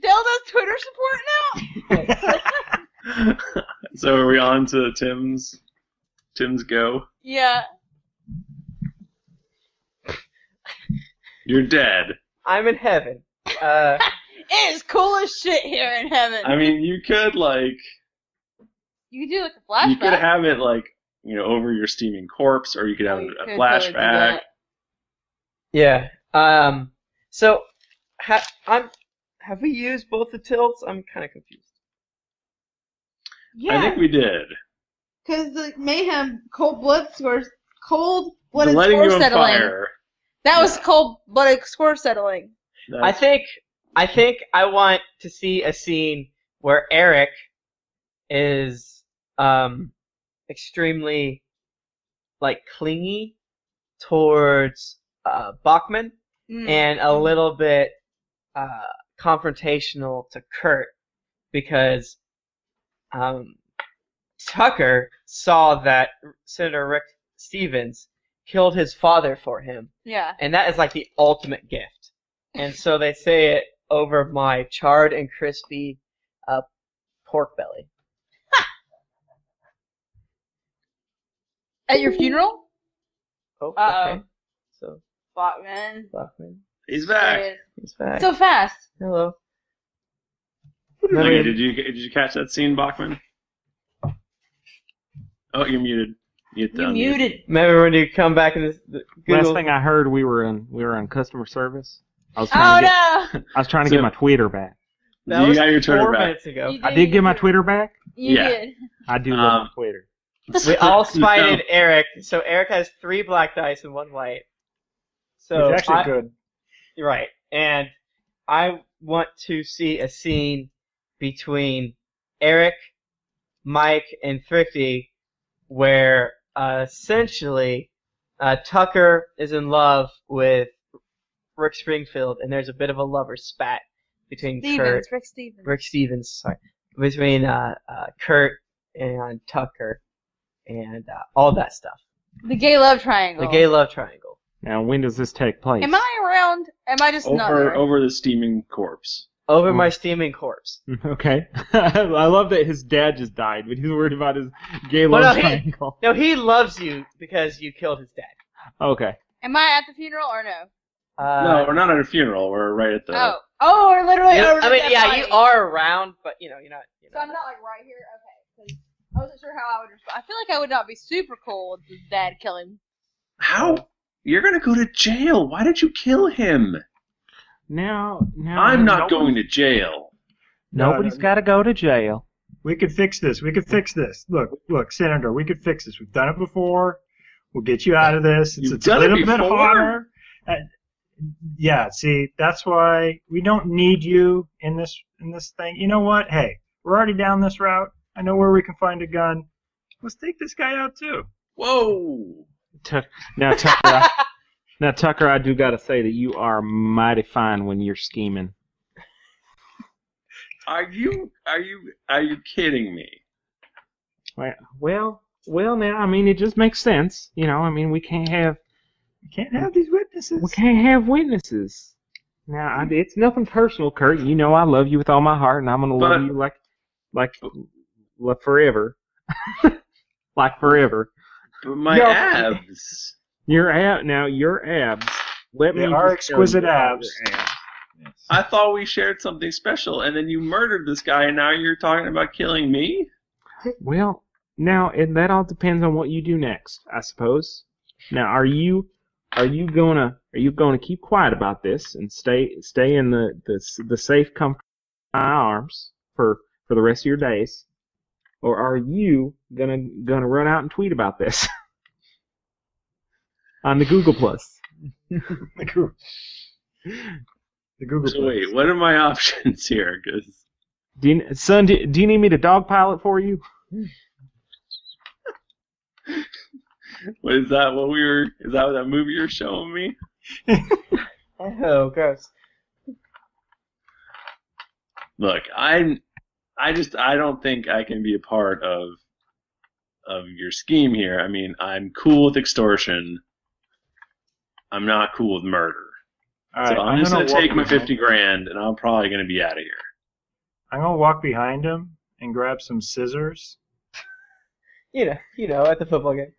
[SPEAKER 1] Dell does Twitter support now.
[SPEAKER 3] so are we on to Tim's Tim's go?
[SPEAKER 1] Yeah.
[SPEAKER 3] You're dead.
[SPEAKER 2] I'm in heaven. Uh,
[SPEAKER 1] It is cool as shit here in heaven.
[SPEAKER 3] I mean, you could like
[SPEAKER 1] you could do like a
[SPEAKER 3] you could
[SPEAKER 1] flashback. Oh,
[SPEAKER 3] have it like you know over your steaming corpse, or you could have
[SPEAKER 1] You
[SPEAKER 3] a
[SPEAKER 1] could totally do
[SPEAKER 3] flashback.
[SPEAKER 1] that.
[SPEAKER 2] yeah. Um. So, ha- I'm. Have we used both the tilts? I'm kind of confused.
[SPEAKER 3] I
[SPEAKER 1] Yeah,
[SPEAKER 3] think we did.
[SPEAKER 1] because the mayhem cold blood scores cold
[SPEAKER 3] The
[SPEAKER 1] blooded
[SPEAKER 3] lighting
[SPEAKER 1] score
[SPEAKER 3] you on
[SPEAKER 1] settling.
[SPEAKER 3] fire.
[SPEAKER 1] That was cold blooded score settling.
[SPEAKER 3] That's-
[SPEAKER 2] I think. I think I want to see a scene where Eric is um extremely like clingy towards uh, Bachman.
[SPEAKER 1] Mm.
[SPEAKER 2] and a little bit uh, confrontational to Kurt because um, Tucker saw that Senator Rick Stevens killed his father for him,
[SPEAKER 1] yeah.
[SPEAKER 2] and that is like the ultimate gift. And so they say it over my charred and crispy uh, pork belly.
[SPEAKER 1] At your funeral?
[SPEAKER 2] Oh,
[SPEAKER 1] Uh-oh.
[SPEAKER 2] okay. So
[SPEAKER 1] Fuck, man.
[SPEAKER 2] Bachman,
[SPEAKER 3] he's back.
[SPEAKER 2] he's back.
[SPEAKER 1] So fast.
[SPEAKER 2] Hello.
[SPEAKER 3] Okay,
[SPEAKER 2] Remember-
[SPEAKER 3] did you did you catch that scene, Bachman? Oh, you're muted. You,
[SPEAKER 1] You muted.
[SPEAKER 2] Remember when you come back and this, the
[SPEAKER 4] Last
[SPEAKER 2] Google
[SPEAKER 4] thing I heard, we were in we were in customer service. I was trying
[SPEAKER 1] Oh
[SPEAKER 4] to get,
[SPEAKER 1] no!
[SPEAKER 4] I was trying to
[SPEAKER 3] So-
[SPEAKER 4] get my Twitter back.
[SPEAKER 2] That
[SPEAKER 3] you
[SPEAKER 2] was
[SPEAKER 3] got your
[SPEAKER 2] four
[SPEAKER 3] turn back.
[SPEAKER 2] minutes ago.
[SPEAKER 1] You
[SPEAKER 4] I did get my
[SPEAKER 1] you
[SPEAKER 4] Twitter back.
[SPEAKER 1] You
[SPEAKER 3] Yeah.
[SPEAKER 1] did.
[SPEAKER 4] I do love
[SPEAKER 3] Um,
[SPEAKER 4] my Twitter.
[SPEAKER 2] We all spited
[SPEAKER 3] No.
[SPEAKER 2] Eric, so Eric has three black dice and one white. So
[SPEAKER 5] it's actually
[SPEAKER 2] I-
[SPEAKER 5] good.
[SPEAKER 2] you're right, and I want to see a scene between Eric, Mike, and Thrifty, where uh, essentially uh, Tucker is in love with Rick Springfield, and there's a bit of a lover spat between Kurt
[SPEAKER 1] Stevens, Rick Stevens.
[SPEAKER 2] Rick Stevens, sorry, between uh, uh, Kurt and Tucker and uh, all that stuff.
[SPEAKER 1] The gay love triangle.
[SPEAKER 2] The gay love triangle.
[SPEAKER 4] Now, when does this take place?
[SPEAKER 1] Am I around? Am I just not
[SPEAKER 3] Over
[SPEAKER 1] there?
[SPEAKER 3] over the steaming corpse.
[SPEAKER 2] Over
[SPEAKER 5] Mm.
[SPEAKER 4] Hmm.
[SPEAKER 2] my steaming corpse.
[SPEAKER 4] Okay. I love that his dad just died, but he's worried about his gay
[SPEAKER 3] uh,
[SPEAKER 2] Well,
[SPEAKER 4] love
[SPEAKER 2] no, he-
[SPEAKER 4] triangle.
[SPEAKER 2] No, he loves you because you killed his dad.
[SPEAKER 4] Okay.
[SPEAKER 1] Am I at the funeral or no?
[SPEAKER 2] Uh,
[SPEAKER 3] no, we're not at a funeral. We're right at the.
[SPEAKER 1] oh, oh, we're literally
[SPEAKER 2] you know-
[SPEAKER 1] over.
[SPEAKER 2] I
[SPEAKER 1] the
[SPEAKER 2] mean,
[SPEAKER 1] dead
[SPEAKER 2] yeah,
[SPEAKER 1] body.
[SPEAKER 2] you are around, but you know, you're not. You
[SPEAKER 1] So I'm
[SPEAKER 2] know.
[SPEAKER 1] not like right here. Okay. 'cause I wasn't sure how I would respond. I feel like I would not be super cool with his dad killing.
[SPEAKER 3] How? You're gonna go to jail. Why did you kill him?
[SPEAKER 4] Now, now
[SPEAKER 3] I'm not
[SPEAKER 4] nobody-
[SPEAKER 3] going to jail.
[SPEAKER 4] Nobody's
[SPEAKER 5] No, no.
[SPEAKER 4] got to go to jail.
[SPEAKER 5] We could fix this. We could fix this. Look, look, Senator, we could fix this. We've done it before. We'll get you out of this. It's,
[SPEAKER 3] You've
[SPEAKER 5] it's a
[SPEAKER 3] done it
[SPEAKER 5] little bit
[SPEAKER 3] before?
[SPEAKER 5] harder. Uh, yeah, see, that's why we don't need you in this in this thing. You know what? Hey, we're already down this route. I know where we can find a gun. Let's take this guy out too.
[SPEAKER 3] Whoa!
[SPEAKER 4] Tuck- now, Tucker, I, now Tucker, I do got to say that you are mighty fine when you're scheming.
[SPEAKER 3] Are you are you are you kidding me?
[SPEAKER 4] Well- Well, well, now I mean it just makes sense, you know. I mean we can't have
[SPEAKER 5] You can't have these witnesses.
[SPEAKER 4] we can't have witnesses. Now I, it's nothing personal, Kurt. You know I love you with all my heart, and I'm gonna love
[SPEAKER 3] But-
[SPEAKER 4] you like like love forever, like forever.
[SPEAKER 3] But my
[SPEAKER 4] No.
[SPEAKER 3] abs.
[SPEAKER 4] Your ab now, your abs. Let
[SPEAKER 5] They
[SPEAKER 4] me
[SPEAKER 5] are
[SPEAKER 4] just tell you
[SPEAKER 5] exquisite
[SPEAKER 4] about
[SPEAKER 5] abs.
[SPEAKER 4] your abs.
[SPEAKER 3] I thought we shared something special, and then you murdered this guy, and now you're talking about killing me.
[SPEAKER 4] Well, now and that all depends on what you do next, I suppose. Now, are you are you gonna are you gonna keep quiet about this and stay stay in the the, s- the safe comfort of my arms for for the rest of your days, or are you gonna gonna run out and tweet about this on the Google Plus?
[SPEAKER 5] The Google, the Google
[SPEAKER 3] So
[SPEAKER 5] Plus.
[SPEAKER 3] wait, what are my options here? 'Cause-
[SPEAKER 4] Do you, son, do, do you need me to dog pilot for you?
[SPEAKER 3] what is that? What we were? Is that what that movie you're showing me?
[SPEAKER 2] Oh, gross.
[SPEAKER 3] Look, I'm. I just I don't think I can be a part of of your scheme here. I mean, I'm cool with extortion. I'm not cool with murder.
[SPEAKER 5] All
[SPEAKER 3] so
[SPEAKER 5] right,
[SPEAKER 3] I'm, just
[SPEAKER 5] gonna
[SPEAKER 3] gonna take
[SPEAKER 5] walk
[SPEAKER 3] my
[SPEAKER 5] behind-
[SPEAKER 3] fifty grand, and I'm probably gonna be out of here.
[SPEAKER 5] I'm gonna walk behind him and grab some scissors.
[SPEAKER 2] You know, you know, at the football game.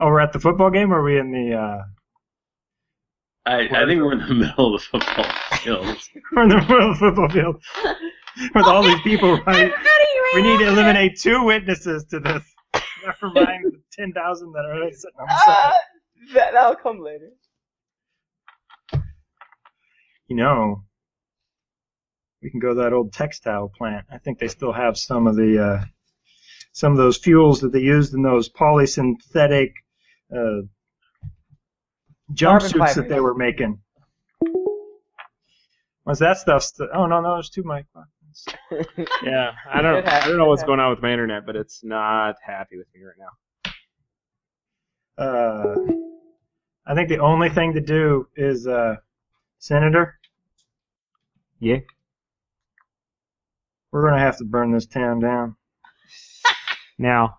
[SPEAKER 5] Oh, we're at the football game. Or are we in the? Uh,
[SPEAKER 3] I, I think we're in the middle of the football field.
[SPEAKER 5] we're in the middle of the football field with all these people. Right? We need to eliminate two witnesses to this. Never mind the ten thousand that are already sitting on the
[SPEAKER 2] Ah,
[SPEAKER 5] side.
[SPEAKER 2] that, that'll come later.
[SPEAKER 5] You know, we can go to that old textile plant. I think they still have some of the uh, some of those fuels that they used in those polysynthetic uh,
[SPEAKER 2] Carbon
[SPEAKER 5] jumpsuits
[SPEAKER 2] fiber.
[SPEAKER 5] that they were making. Was that stuff? St- oh no, no, there's two mic buttons.
[SPEAKER 4] Yeah, Uh, I don't I don't know what's going on with my internet, but it's not happy with me right now.
[SPEAKER 5] uh, I think the only thing to do is, uh, Senator.
[SPEAKER 4] Yeah.
[SPEAKER 5] We're gonna have to burn this town down.
[SPEAKER 4] Now,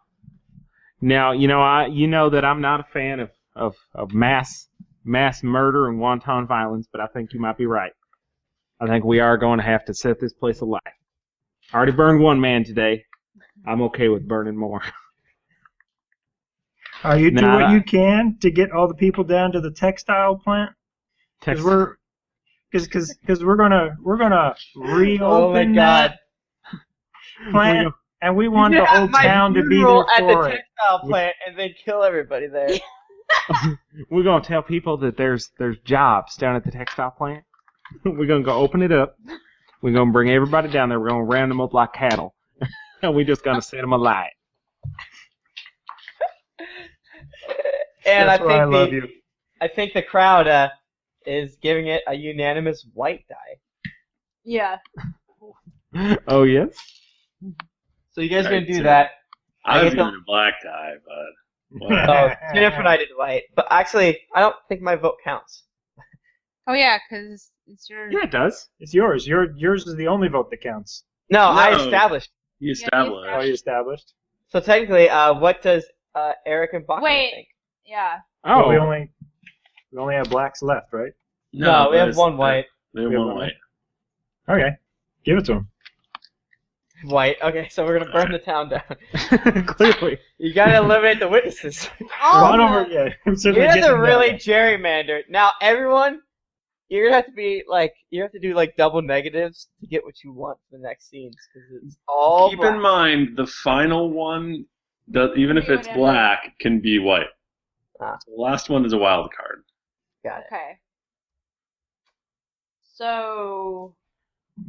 [SPEAKER 4] now you know I you know that I'm not a fan of of, of mass mass murder and wanton violence, but I think you might be right. I think we are going to have to set this place alight. I already burned one man today. I'm okay with burning more.
[SPEAKER 5] Are you do
[SPEAKER 4] Nah,
[SPEAKER 5] what
[SPEAKER 4] nah.
[SPEAKER 5] you can to get all the people down to the textile plant? Because
[SPEAKER 4] Texas,
[SPEAKER 5] we're, because because because we're gonna we're gonna reopen
[SPEAKER 2] Oh my god.
[SPEAKER 5] that plant, and we want
[SPEAKER 2] You
[SPEAKER 5] the
[SPEAKER 2] should have
[SPEAKER 5] whole
[SPEAKER 2] my
[SPEAKER 5] town to be there
[SPEAKER 2] funeral at the
[SPEAKER 5] for it.
[SPEAKER 2] textile plant and then kill everybody there.
[SPEAKER 4] we're gonna tell people that there's there's jobs down at the textile plant. we're gonna go open it up. We're gonna bring everybody down there. We're gonna round them up like cattle, and we're just gonna set them alight.
[SPEAKER 2] And I
[SPEAKER 5] That's
[SPEAKER 2] think
[SPEAKER 5] why I
[SPEAKER 2] the,
[SPEAKER 5] love you.
[SPEAKER 2] I think the crowd uh, is giving it a unanimous white die.
[SPEAKER 1] Yeah.
[SPEAKER 4] oh yes.
[SPEAKER 2] So you guys are
[SPEAKER 3] Alright,
[SPEAKER 2] gonna do
[SPEAKER 3] so-
[SPEAKER 2] that. I
[SPEAKER 3] I was
[SPEAKER 2] get the-
[SPEAKER 3] doing a black tie, but
[SPEAKER 2] Oh, Jennifer and I did white, but actually, I don't think my vote counts.
[SPEAKER 1] Oh yeah, because it's your.
[SPEAKER 4] Yeah, it does.
[SPEAKER 5] It's yours. Your yours is the only vote that counts.
[SPEAKER 2] No, I
[SPEAKER 3] No.
[SPEAKER 2] established.
[SPEAKER 3] you
[SPEAKER 1] you
[SPEAKER 3] established.
[SPEAKER 5] Are you established?
[SPEAKER 2] So technically, uh, what does uh, Eric and Bachman
[SPEAKER 1] Wait.
[SPEAKER 2] think?
[SPEAKER 1] Yeah.
[SPEAKER 4] Oh,
[SPEAKER 5] Well, we only we only have blacks left, right?
[SPEAKER 2] No, we have
[SPEAKER 3] that's-
[SPEAKER 2] one white.
[SPEAKER 3] We have
[SPEAKER 5] We have
[SPEAKER 3] one
[SPEAKER 5] one
[SPEAKER 3] white.
[SPEAKER 5] Okay, give it to him.
[SPEAKER 2] White. Okay, so we're gonna burn the town down.
[SPEAKER 4] clearly.
[SPEAKER 2] You gotta eliminate the witnesses.
[SPEAKER 1] All
[SPEAKER 5] Run
[SPEAKER 1] the-
[SPEAKER 5] over, yeah. I'm
[SPEAKER 2] Oh You
[SPEAKER 5] certainly
[SPEAKER 2] have to
[SPEAKER 5] getting
[SPEAKER 2] really
[SPEAKER 5] that.
[SPEAKER 2] gerrymander. Now, everyone, you're gonna have to be like, you have to do like double negatives to get what you want for the next scenes because it's all.
[SPEAKER 3] Keep
[SPEAKER 2] black.
[SPEAKER 3] in mind, the final one, does, even if it's
[SPEAKER 1] Whatever.
[SPEAKER 3] black, can be white.
[SPEAKER 2] Ah.
[SPEAKER 3] So the last one is a wild card.
[SPEAKER 2] Got it.
[SPEAKER 1] Okay. So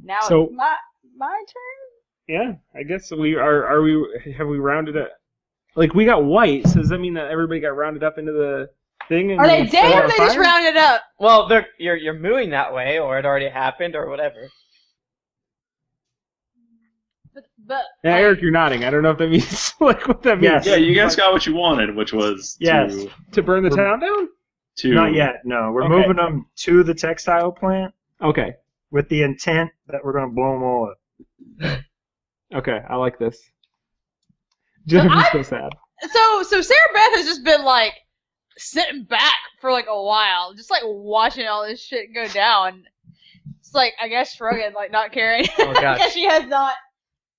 [SPEAKER 1] now
[SPEAKER 4] So-
[SPEAKER 1] it's my my turn.
[SPEAKER 4] Yeah, I guess we are. Are we? Have we rounded up? Like we got white. So does that mean that everybody got rounded up into the thing? and
[SPEAKER 1] Are they
[SPEAKER 4] we set
[SPEAKER 1] dead
[SPEAKER 4] on
[SPEAKER 1] or they just
[SPEAKER 4] fire?
[SPEAKER 1] rounded up?
[SPEAKER 2] Well, they're, you're you're moving that way, or it already happened, or whatever.
[SPEAKER 1] But, but
[SPEAKER 4] Yeah, Eric, you're nodding. I don't know if that means like what that means.
[SPEAKER 5] Yes.
[SPEAKER 3] Yeah, you guys got what you wanted, which was
[SPEAKER 5] Yes.
[SPEAKER 3] to,
[SPEAKER 4] to burn the
[SPEAKER 5] We're-
[SPEAKER 4] town down.
[SPEAKER 3] to
[SPEAKER 5] Not yet. No, we're
[SPEAKER 4] Okay.
[SPEAKER 5] moving them to the textile plant
[SPEAKER 4] Okay.
[SPEAKER 5] with the intent that we're gonna blow them all up.
[SPEAKER 4] Okay. I like this. Jennifer's so sad.
[SPEAKER 1] so so Sarah Beth has just been like sitting back for like a while, just like watching all this shit go down. It's like I guess shrugging, like not caring.
[SPEAKER 2] Oh god.
[SPEAKER 1] because she has not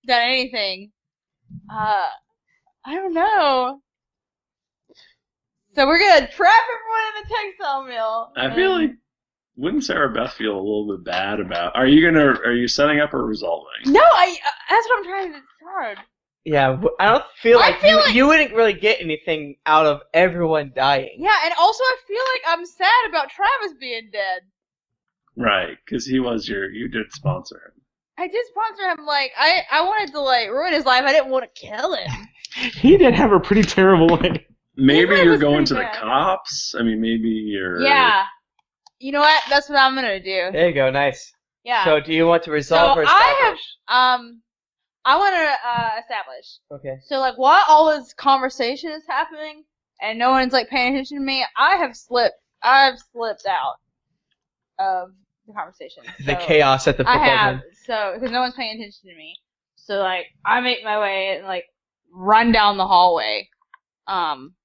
[SPEAKER 1] done anything. Uh, I don't know. So we're gonna trap everyone in the textile mill.
[SPEAKER 3] I feel
[SPEAKER 1] and-
[SPEAKER 3] like wouldn't Sarah Beth feel a little bit bad about? Are you gonna? Are you setting up or resolving?
[SPEAKER 1] no, I. Uh, that's what I'm trying to decide.
[SPEAKER 2] Yeah, w- I don't feel
[SPEAKER 1] I
[SPEAKER 2] like,
[SPEAKER 1] feel
[SPEAKER 2] you,
[SPEAKER 1] like-
[SPEAKER 2] you wouldn't really get anything out of everyone dying.
[SPEAKER 1] Yeah, and also I feel like I'm sad about Travis being dead.
[SPEAKER 3] Right, because he was your, you did sponsor him.
[SPEAKER 1] I did sponsor him. Like I, I wanted to like ruin his life. I didn't want to kill him.
[SPEAKER 4] He did have a pretty terrible ending.
[SPEAKER 3] Maybe
[SPEAKER 1] His life
[SPEAKER 3] you're
[SPEAKER 1] was
[SPEAKER 3] going
[SPEAKER 1] pretty
[SPEAKER 3] to the
[SPEAKER 1] bad.
[SPEAKER 3] cops. I mean, maybe you're.
[SPEAKER 1] Yeah. You know what? That's what I'm gonna do.
[SPEAKER 2] There you go, nice.
[SPEAKER 1] Yeah.
[SPEAKER 2] So, do you want to resolve
[SPEAKER 1] So
[SPEAKER 2] or
[SPEAKER 1] I have-
[SPEAKER 2] establish?
[SPEAKER 1] um, I want to uh, establish.
[SPEAKER 2] Okay.
[SPEAKER 1] So like while all this conversation is happening and no one's like paying attention to me, I have slipped. I've slipped out of the conversation.
[SPEAKER 2] The
[SPEAKER 1] So-
[SPEAKER 2] chaos at the
[SPEAKER 1] I
[SPEAKER 2] football
[SPEAKER 1] have.
[SPEAKER 2] game.
[SPEAKER 1] So because no one's paying attention to me, so like I make my way and like run down the hallway. Um,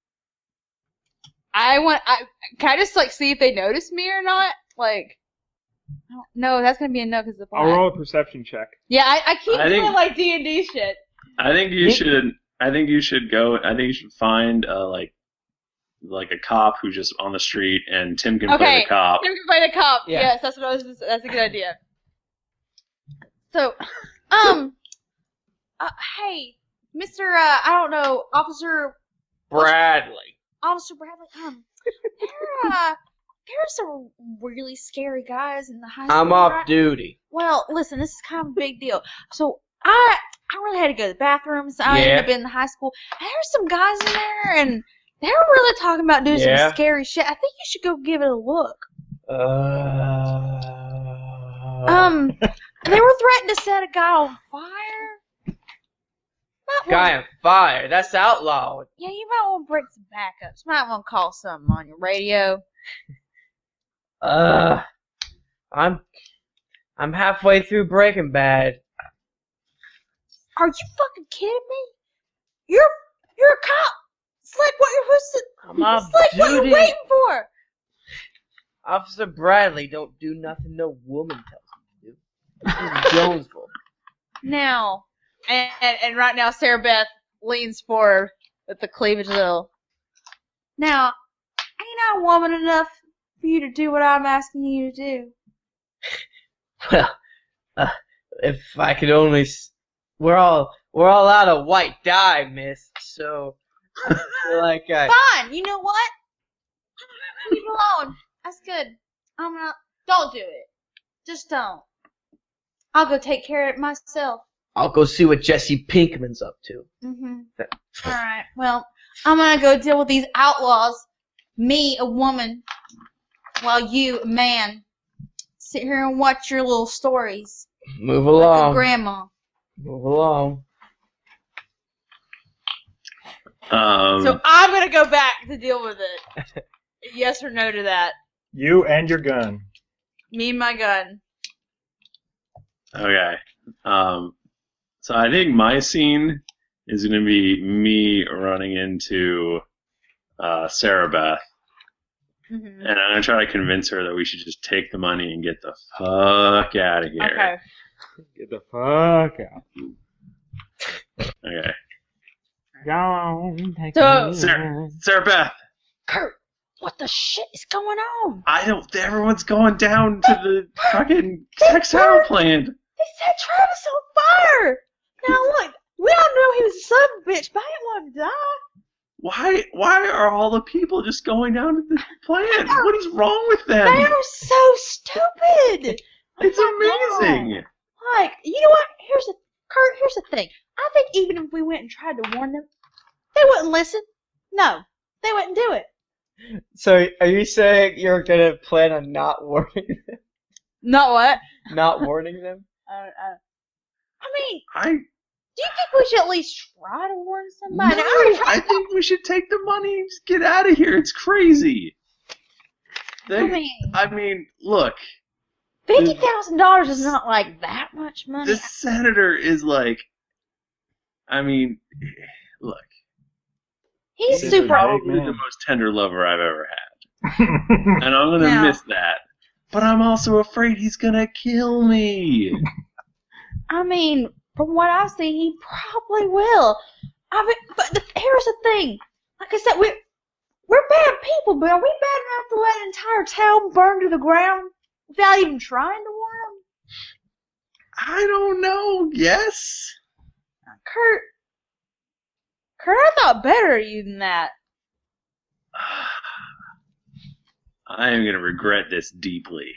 [SPEAKER 1] I want. I can I just like see if they notice me or not. Like, I don't- no, that's gonna be a no because the
[SPEAKER 4] I'll
[SPEAKER 1] black.
[SPEAKER 4] roll a perception check.
[SPEAKER 1] Yeah, I, I keep
[SPEAKER 3] I
[SPEAKER 1] doing
[SPEAKER 3] think-
[SPEAKER 1] like D and D shit.
[SPEAKER 3] I think you
[SPEAKER 2] Yeah.
[SPEAKER 3] should. I think you should go. I think you should find uh, like, like a cop who's just on the street, and Tim can play
[SPEAKER 1] Okay.
[SPEAKER 3] the cop.
[SPEAKER 1] Maybe by the cop.
[SPEAKER 2] Yeah.
[SPEAKER 1] Yes, that's what I was. Just, that's a good idea. So, um, uh, hey, Mister, uh, I don't know, Officer
[SPEAKER 2] Bradley.
[SPEAKER 1] Officer Bradley, um, there, uh, there are some really scary guys in the high school.
[SPEAKER 2] I'm
[SPEAKER 1] right-
[SPEAKER 2] off duty.
[SPEAKER 1] Well, listen, this is kind of a big deal. So I, I really had to go to the bathroom, so I
[SPEAKER 2] Yeah.
[SPEAKER 1] ended up in the high school. And there were some guys in there, and they were really talking about doing
[SPEAKER 2] Yeah.
[SPEAKER 1] some scary shit. I think you should go give it a look.
[SPEAKER 2] Uh,
[SPEAKER 1] Um, they were threatening to set a guy on fire. Might wanna-
[SPEAKER 2] Guy on fire. That's outlawed.
[SPEAKER 1] yeah, you might want to break some backups. Might want to call something on your radio.
[SPEAKER 2] Uh, I'm, I'm halfway through Breaking Bad.
[SPEAKER 1] Are you fucking kidding me? You're you're a cop. It's like what you're supposed to-
[SPEAKER 2] I'm off
[SPEAKER 1] It's like what you're
[SPEAKER 2] duty.
[SPEAKER 1] waiting for.
[SPEAKER 2] Officer Bradley don't do nothing no woman tells him to do. This is Jonesville.
[SPEAKER 1] Now, and, and and right now, Sarah Beth leans forward with the cleavage little. Now, ain't I woman enough for you to do what I'm asking you to do?
[SPEAKER 2] Well, uh, if I could only, s- we're all we're all out of white dye, Miss. So, I feel like I,
[SPEAKER 1] Fine. You know what? Leave it alone. That's good. I'm not. Don't do it. Just don't. I'll go take care of it myself.
[SPEAKER 2] I'll go see what Jesse Pinkman's up to.
[SPEAKER 1] Mm-hmm. All right. Well, I'm gonna go deal with these outlaws. Me, a woman, while you, a man, sit here and watch your little stories
[SPEAKER 2] Move
[SPEAKER 1] like a
[SPEAKER 2] along.
[SPEAKER 1] grandma.
[SPEAKER 2] Move along.
[SPEAKER 3] Um,
[SPEAKER 1] I'm gonna go back to deal with it. yes or no to that?
[SPEAKER 5] You and your gun.
[SPEAKER 1] Me and my gun.
[SPEAKER 3] Okay. Um, so I think my scene is going to be me running into uh, Sarah Beth,
[SPEAKER 1] Mm-hmm.
[SPEAKER 3] and I'm going to try to convince her that we should just take the money and get the fuck out of here.
[SPEAKER 4] Get the fuck out.
[SPEAKER 3] Okay.
[SPEAKER 4] Gone. take
[SPEAKER 1] So-
[SPEAKER 4] me
[SPEAKER 3] Sir. Sarah Beth,
[SPEAKER 1] Kurt, what the shit is going on?
[SPEAKER 3] I don't. Everyone's going down to the fucking textile plant.
[SPEAKER 1] They set Travis on fire. Now look, we all know he was a son of a bitch, but I didn't want him to die.
[SPEAKER 3] Why? Why are all the people just going down to the plant? What is wrong with them?
[SPEAKER 1] They are so stupid.
[SPEAKER 3] It's amazing.
[SPEAKER 1] Like, you know what? Here's the Kurt. Here's the thing. I think even if we went and tried to warn them, they wouldn't listen. No, they wouldn't do it.
[SPEAKER 2] So, are you saying you're gonna plan on not warning,
[SPEAKER 1] Not what?
[SPEAKER 2] not warning them?
[SPEAKER 1] Uh, uh, I mean,
[SPEAKER 3] I
[SPEAKER 1] do you think we should at least try to warn
[SPEAKER 3] No,
[SPEAKER 1] somebody? I already
[SPEAKER 3] I think we should take the money and just get out of here. It's crazy. They,
[SPEAKER 1] I mean,
[SPEAKER 3] I mean, look,
[SPEAKER 1] fifty thousand dollars is not like that much money.
[SPEAKER 3] this senator is like, I mean, look,
[SPEAKER 1] He's
[SPEAKER 5] This is
[SPEAKER 1] super
[SPEAKER 5] ridiculous.
[SPEAKER 1] old.
[SPEAKER 3] probably
[SPEAKER 5] man.
[SPEAKER 3] the most tender lover I've ever had,
[SPEAKER 5] That's
[SPEAKER 3] and I'm gonna
[SPEAKER 1] No.
[SPEAKER 3] miss that. But I'm also afraid he's gonna kill me.
[SPEAKER 1] I mean, from what I've seen, he probably will. I mean, but the, here's the thing. Like I said, we we're bad people, but are we bad enough to let an entire town burn to the ground without even trying to warn
[SPEAKER 3] I don't know. Yes,
[SPEAKER 1] them? Kurt, Kurt, I thought better of you than that.
[SPEAKER 3] I am gonna regret this deeply.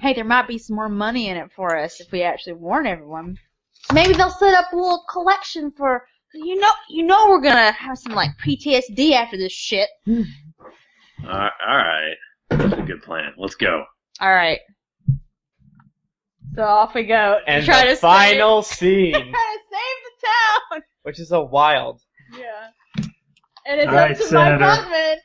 [SPEAKER 1] Hey, there might be some more money in it for us if we actually warn everyone. Maybe they'll set up a little collection for you know you know we're gonna have some like PTSD after this shit.
[SPEAKER 3] Uh, all right, that's a good plan. Let's go.
[SPEAKER 1] All right. So off we go.
[SPEAKER 2] And
[SPEAKER 1] try
[SPEAKER 2] the
[SPEAKER 1] to
[SPEAKER 2] final
[SPEAKER 1] save,
[SPEAKER 2] scene,
[SPEAKER 1] try to save
[SPEAKER 2] which is a wild.
[SPEAKER 1] the town. Yeah. And it's
[SPEAKER 5] All
[SPEAKER 1] up
[SPEAKER 5] right,
[SPEAKER 1] to
[SPEAKER 5] Senator.
[SPEAKER 1] my husband.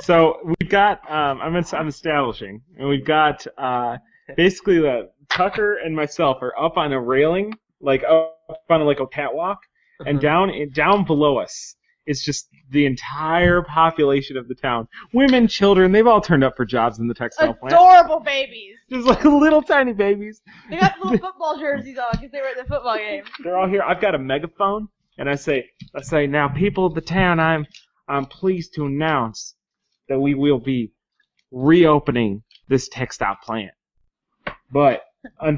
[SPEAKER 4] so we've got um, I'm, ins- I'm establishing and we've got uh, basically the tucker and myself are up on a railing like up on like a catwalk and down and down below us is just the entire population of the town women children they've all turned up for jobs in the textile plant
[SPEAKER 1] Adorable babies.
[SPEAKER 4] just like little tiny babies
[SPEAKER 1] They got little football jerseys on because they were at the football game.
[SPEAKER 4] they're all here. I've got a megaphone, and I say, I say, now, people of the town, I'm, I'm pleased to announce that we will be reopening this textile plant. But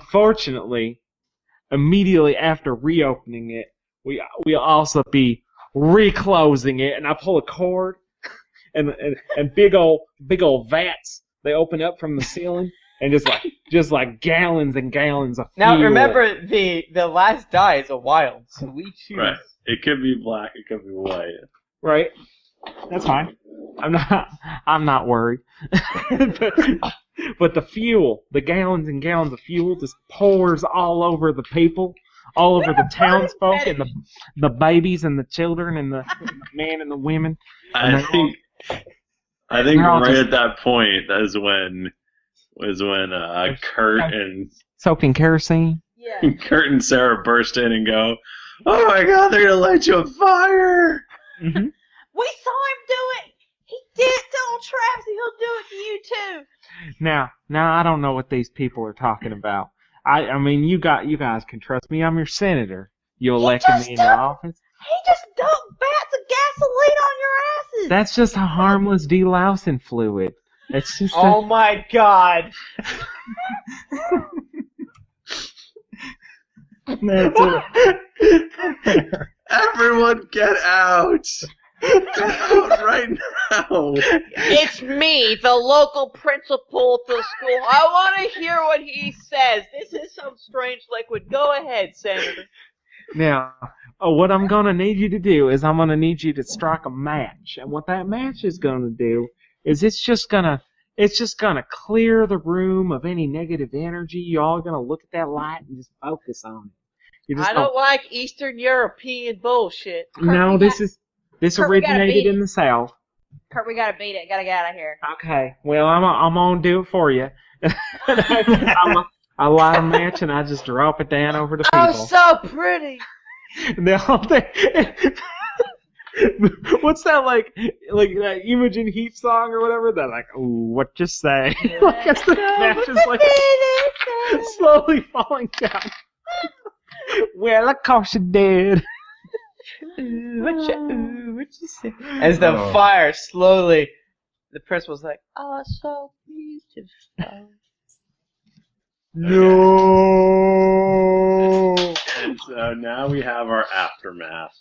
[SPEAKER 4] unfortunately, immediately after reopening it, we we'll also be reclosing it. And I pull a cord, and and, and big old big old vats they open up from the ceiling. And just like just like gallons and gallons of
[SPEAKER 2] Now
[SPEAKER 4] fuel.
[SPEAKER 2] remember, the the last die is a wild, so we choose.
[SPEAKER 3] Right. It could be black. It could be white.
[SPEAKER 4] right? That's fine. I'm not. I'm not worried. but, but the fuel, the gallons and gallons of fuel, just pours all over the people, all over the townsfolk and the the babies and the children and the, and the men and the women. And
[SPEAKER 3] I
[SPEAKER 4] they're
[SPEAKER 3] think. I think
[SPEAKER 4] they're all
[SPEAKER 3] right
[SPEAKER 4] just-
[SPEAKER 3] at that point that is when was when uh, Kurt and
[SPEAKER 4] Soaked in kerosene.
[SPEAKER 1] Yeah.
[SPEAKER 3] Kurt and Sarah burst in and go, "Oh my God! They're gonna light you on fire!"
[SPEAKER 4] Mm-hmm.
[SPEAKER 1] We saw him do it. He did it to old Travis. and He'll do it to you too.
[SPEAKER 4] Now, now I don't know what these people are talking about. I, I mean, you got you guys can trust me. I'm your senator. You elected
[SPEAKER 1] just
[SPEAKER 4] me into
[SPEAKER 1] don't-
[SPEAKER 4] office.
[SPEAKER 1] He just dumped bats of gasoline on your asses.
[SPEAKER 4] That's just a harmless delousing fluid. It's just. a-
[SPEAKER 2] Oh my God!
[SPEAKER 5] That's it.
[SPEAKER 3] Everyone, get out! Get out right now!
[SPEAKER 7] It's me, the local principal of the school. I want to hear what he says. This is some strange liquid. Go ahead, Senator.
[SPEAKER 4] Now, uh, what I'm gonna need you to do is I'm gonna need you to strike a match, and what that match is gonna do is it's just gonna it's just gonna clear the room of any negative energy. you all gonna look at that light and just focus on it. You're just
[SPEAKER 7] I don't like Eastern European bullshit.
[SPEAKER 4] gonna, no, this is this
[SPEAKER 1] Kurt, we gotta
[SPEAKER 4] originated
[SPEAKER 1] beat
[SPEAKER 4] in the south.
[SPEAKER 1] Kurt, we gotta beat it. Gotta get out of here.
[SPEAKER 4] Okay, well I'm i I'm gonna do it for you. And I, I'm a, I light a match and I just drop it down over the
[SPEAKER 7] Oh,
[SPEAKER 1] Oh,
[SPEAKER 4] people.
[SPEAKER 7] so pretty.
[SPEAKER 4] And they all think, what's that like, like that Imogen Heap song or whatever? They're like, ooh, what you say? like it's the match is like slowly falling down. well, of course it did.
[SPEAKER 2] Ooh, what you, ooh, what you say? Oh. As the fire slowly, the principal's like,
[SPEAKER 7] Oh, so beautiful.
[SPEAKER 5] No.
[SPEAKER 3] And so now we have our aftermath.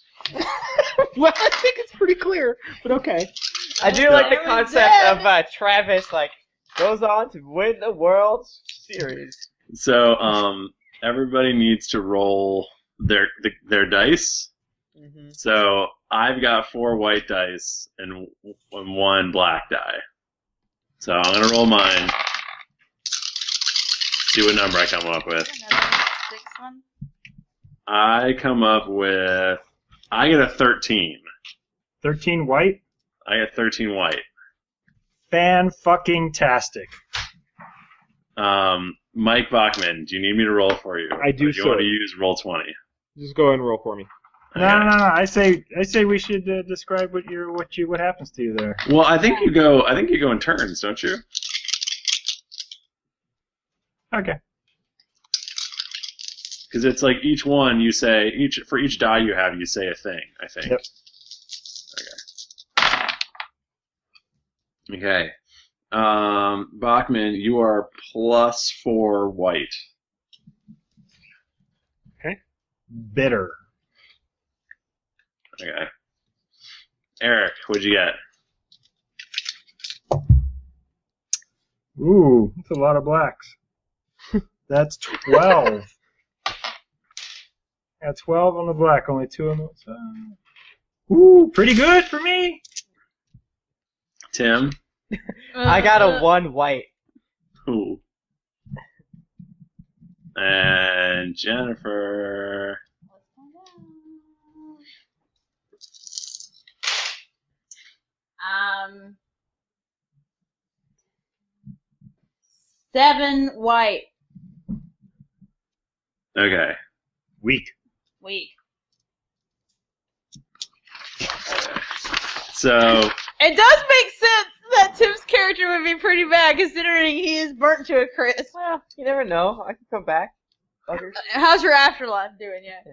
[SPEAKER 4] Well, I think it's pretty clear, but okay.
[SPEAKER 2] I do like the concept of uh, Travis like goes on to win the World Series.
[SPEAKER 3] So um, everybody needs to roll their their dice.
[SPEAKER 2] Mm-hmm.
[SPEAKER 3] So I've got four white dice and, w- and one black die. So I'm gonna roll mine. See what number I come up with.
[SPEAKER 1] Sixth one.
[SPEAKER 3] I come up with I get a 13.
[SPEAKER 5] 13 white.
[SPEAKER 3] I get 13 white.
[SPEAKER 5] Fan fucking tastic.
[SPEAKER 3] Um, Mike Bachman, do you need me to roll for you?
[SPEAKER 4] I do,
[SPEAKER 3] Or you want
[SPEAKER 4] sir.
[SPEAKER 3] to use roll 20?
[SPEAKER 4] Just go ahead and roll for me.
[SPEAKER 5] No, no, no, no. I say, I say we should uh, describe what your, what you, what happens to you there.
[SPEAKER 3] Well, I think you go. I think you go in turns, don't you?
[SPEAKER 5] Okay.
[SPEAKER 3] Because it's like each one you say each for each die you have you say a thing. I think.
[SPEAKER 5] Yep.
[SPEAKER 3] Okay. Okay. Um, Bachman, you are plus four white.
[SPEAKER 4] Okay.
[SPEAKER 5] bitter.
[SPEAKER 3] Okay. Eric, what'd you get?
[SPEAKER 5] Ooh, that's a lot of blacks. That's 12. At 12 on the black, only two on the side. Ooh, pretty good for me.
[SPEAKER 3] Tim?
[SPEAKER 2] I got
[SPEAKER 1] Uh,
[SPEAKER 7] Uh,
[SPEAKER 2] a one white.
[SPEAKER 3] Ooh. And Jennifer.
[SPEAKER 1] Um, seven white
[SPEAKER 3] Okay.
[SPEAKER 5] Weak.
[SPEAKER 1] week.
[SPEAKER 3] So
[SPEAKER 1] It does make sense that Tim's character would be pretty bad considering he is burnt to a crisp.
[SPEAKER 2] Well, you never know. I can come back. Buggers.
[SPEAKER 1] How's your afterlife doing yet?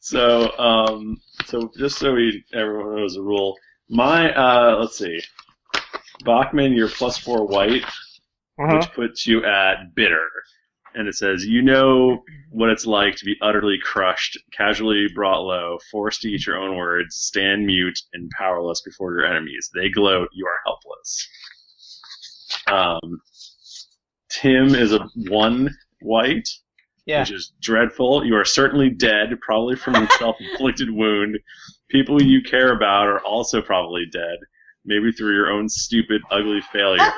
[SPEAKER 3] so um so just so we everyone knows the rule. My uh let's see. Bachman, you're plus four white,
[SPEAKER 4] Uh-huh.
[SPEAKER 3] which puts you at bitter. And it says, you know what it's like to be utterly crushed, casually brought low, forced to eat your own words, stand mute and powerless before your enemies. They gloat, you are helpless. Um, Tim is a one white,
[SPEAKER 2] Yeah.
[SPEAKER 3] which is dreadful. You are certainly dead, probably from a self-inflicted wound. People you care about are also probably dead, maybe through your own stupid, ugly failure.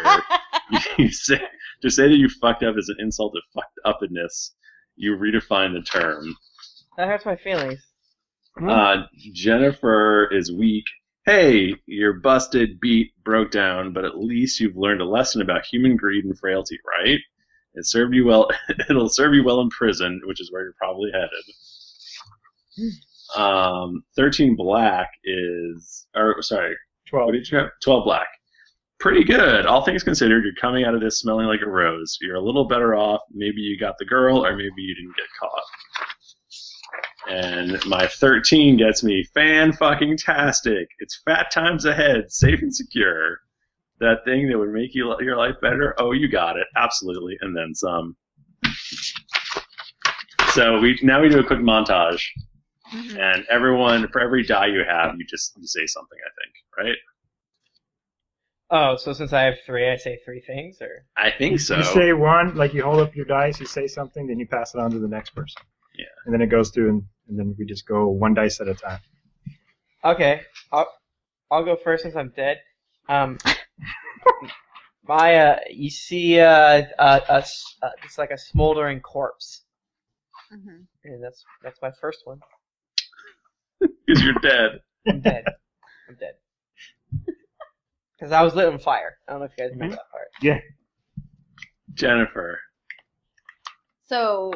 [SPEAKER 3] you say, to say that you fucked up is an insult to fucked upness. You redefine the term.
[SPEAKER 2] That hurts my feelings.
[SPEAKER 3] Uh, Jennifer is weak. Hey, you're busted, beat, broke down, but at least you've learned a lesson about human greed and frailty, right? It served you well. it'll serve you well in prison, which is where you're probably headed. Um, Thirteen black is, or sorry,
[SPEAKER 5] 12.
[SPEAKER 3] what did you have? 12 black. Pretty good. All things considered, you're coming out of this smelling like a rose. You're a little better off. Maybe you got the girl, or maybe you didn't get caught. And my 13 gets me fan fucking tastic. It's fat times ahead, safe and secure. That thing that would make you your life better. Oh, you got it. Absolutely. And then some. So we now we do a quick montage. And everyone, for every die you have, you just you say something, I think, right?
[SPEAKER 2] Oh, so since I have three, I say three things, or
[SPEAKER 3] I think so.
[SPEAKER 5] You say one, like you hold up your dice, you say something, then you pass it on to the next person.
[SPEAKER 3] Yeah.
[SPEAKER 5] And then it goes through, and, and then we just go one dice at a time.
[SPEAKER 2] okay, I'll I'll go first since I'm dead. Um, Maya, you see uh, uh, a s- uh, it's like a smoldering corpse, and that's that's my first one.
[SPEAKER 3] because you're dead.
[SPEAKER 2] I'm dead. I'm dead. Because I was lit on fire. I don't know if you guys remember that part.
[SPEAKER 3] Jennifer.
[SPEAKER 1] So,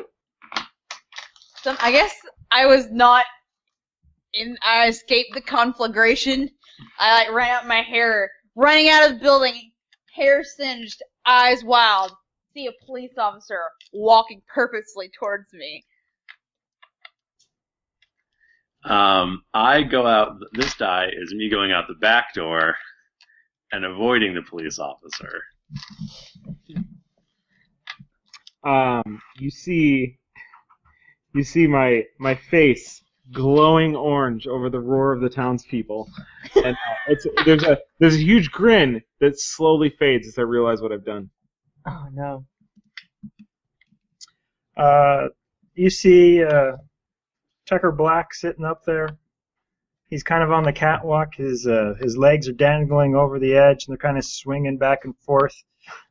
[SPEAKER 1] some I guess I was not in. I escaped the conflagration. I like ran out my hair, running out of the building, hair singed, eyes wild. See a police officer walking purposely towards me.
[SPEAKER 3] Um, I go out. This die is me going out the back door and avoiding the police officer.
[SPEAKER 4] Um, you see, you see my my face glowing orange over the roar of the townspeople, and uh, it's there's a there's a huge grin that slowly fades as I realize what I've done.
[SPEAKER 2] Oh no.
[SPEAKER 5] Uh, you see uh, Tucker Black sitting up there. He's kind of on the catwalk. His uh, his legs are dangling over the edge, and they're kind of swinging back and forth.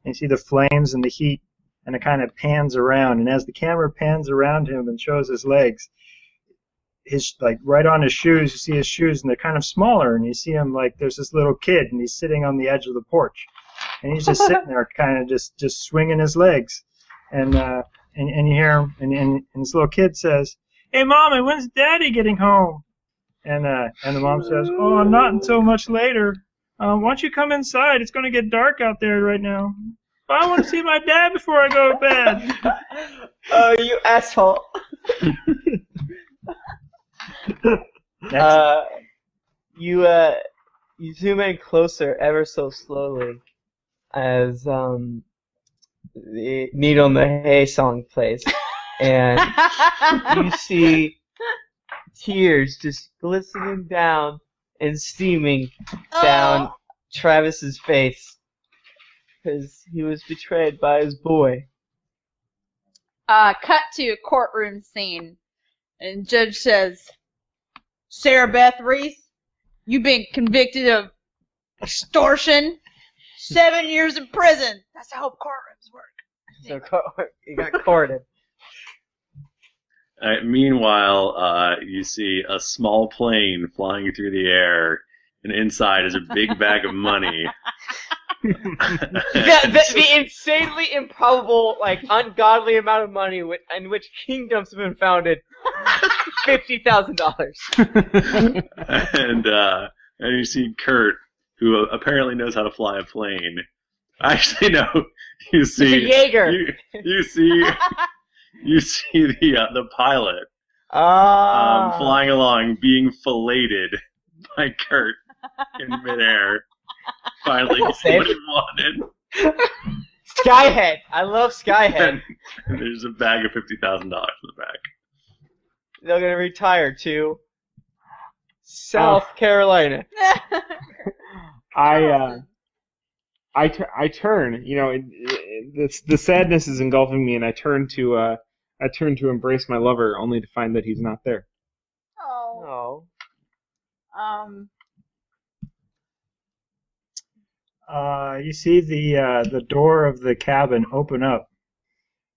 [SPEAKER 5] And you see the flames and the heat, and it kind of pans around. And as the camera pans around him and shows his legs, his like right on his shoes, you see his shoes, and they're kind of smaller. And you see him like there's this little kid, and he's sitting on the edge of the porch, and he's just sitting there, kind of just just swinging his legs. And uh, and, and you hear him, and, and, and this little kid says, "Hey, mommy, when's daddy getting home?" And uh, and the mom says, "Oh, not until much later. Um, why don't you come inside? It's gonna get dark out there right now. But I want to see my dad before I go to bed."
[SPEAKER 2] Oh, you asshole.
[SPEAKER 5] Next,
[SPEAKER 2] Uh, you uh, you zoom in closer, ever so slowly, as um, the needle in the hay song plays. and you see tears just glistening down and steaming
[SPEAKER 1] oh.
[SPEAKER 7] Oh.
[SPEAKER 2] down Travis's face because he was betrayed by his boy.
[SPEAKER 1] Uh, cut to a courtroom scene, and judge says, "Sarah Beth Reese, you've been convicted of extortion, seven years in prison. That's how courtrooms work."
[SPEAKER 2] So court- he got courted.
[SPEAKER 3] Uh, meanwhile, uh, you see a small plane flying through the air, and inside is a big bag of money.
[SPEAKER 2] the, the, the insanely improbable, like ungodly amount of money wi- in which kingdoms have been founded. Fifty thousand dollars.
[SPEAKER 3] and uh, and you see Kurt, who apparently knows how to fly a plane. Actually, no. You
[SPEAKER 2] Mr.
[SPEAKER 3] see,
[SPEAKER 2] Jaeger.
[SPEAKER 3] you, you see, you see the uh, the pilot um,
[SPEAKER 2] Ah.
[SPEAKER 3] flying along, being filleted by Kurt in midair. Finally, gets what he wanted.
[SPEAKER 2] Skyhead. I love Skyhead.
[SPEAKER 3] And, and there's a bag of fifty thousand dollars in the back.
[SPEAKER 2] They're gonna retire
[SPEAKER 3] Oh.
[SPEAKER 2] to South Carolina.
[SPEAKER 4] I uh, I tur- I turn. You know, it, it, it's- the sadness is engulfing me, and I turn to uh, I turn to embrace my lover, only to find that he's not there.
[SPEAKER 1] Oh,
[SPEAKER 2] Oh.
[SPEAKER 1] um,
[SPEAKER 5] Uh, you see the uh, the door of the cabin open up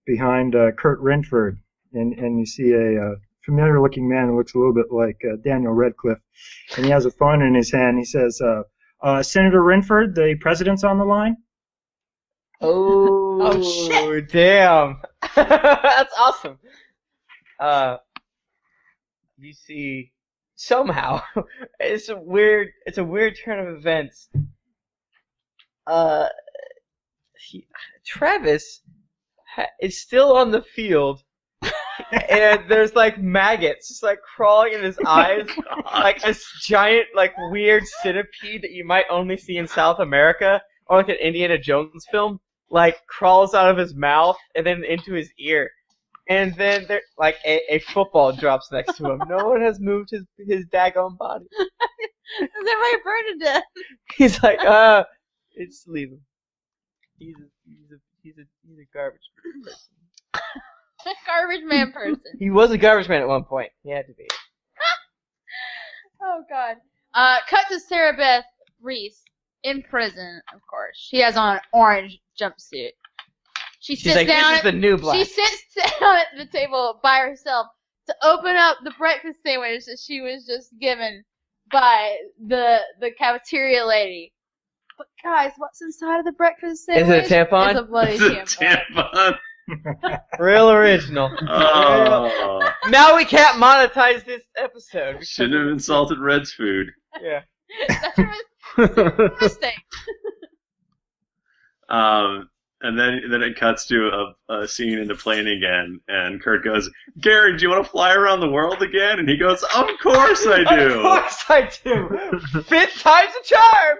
[SPEAKER 5] behind uh, Kurt Renford, and, and you see a uh, familiar looking man who looks a little bit like uh, Daniel Redcliffe, and he has a phone in his hand. He says, uh, uh, "Senator Renford, the president's on the line."
[SPEAKER 2] Oh,
[SPEAKER 1] shit.
[SPEAKER 2] damn. That's awesome. Uh, you see, somehow, it's a weird, it's a weird turn of events. Uh, he, Travis ha- is still on the field, and there's like maggots just like crawling in his eyes, like a s- giant, like weird centipede that you might only see in South America or like an Indiana Jones film like crawls out of his mouth and then into his ear. And then there, like a, a football drops next to him. No one has moved his his daggone body.
[SPEAKER 1] is everybody burned to death?
[SPEAKER 2] He's like, uh, just leave him. He's a, he's a he's a he's a garbage.
[SPEAKER 1] Garbage man person.
[SPEAKER 2] He was a garbage man at one point. He had to be.
[SPEAKER 1] Oh God. Uh, cut to Sarah Beth Reese in prison. Of course, she has on an orange jumpsuit. She
[SPEAKER 2] She's
[SPEAKER 1] sits
[SPEAKER 2] like,
[SPEAKER 1] down.
[SPEAKER 2] this is
[SPEAKER 1] at-
[SPEAKER 2] the new black.
[SPEAKER 1] She sits down at the table by herself to open up the breakfast sandwich that she was just given by the the cafeteria lady. But guys, what's inside of the breakfast
[SPEAKER 2] Is it a
[SPEAKER 1] sandwich?
[SPEAKER 2] tampon?
[SPEAKER 1] It's a bloody
[SPEAKER 3] It's a
[SPEAKER 1] tampon.
[SPEAKER 3] tampon.
[SPEAKER 2] Real original.
[SPEAKER 3] Oh,
[SPEAKER 2] now we can't monetize this episode. because-
[SPEAKER 3] shouldn't have insulted Red's food.
[SPEAKER 2] Yeah.
[SPEAKER 1] That's her mis- mistake.
[SPEAKER 3] Um, and then then it cuts to a, a scene in the plane again, and Kurt goes, "Gary, do you want to fly around the world again?" And he goes, "Of course I
[SPEAKER 2] Of
[SPEAKER 3] do."
[SPEAKER 2] course I do. Fifth time's a charm.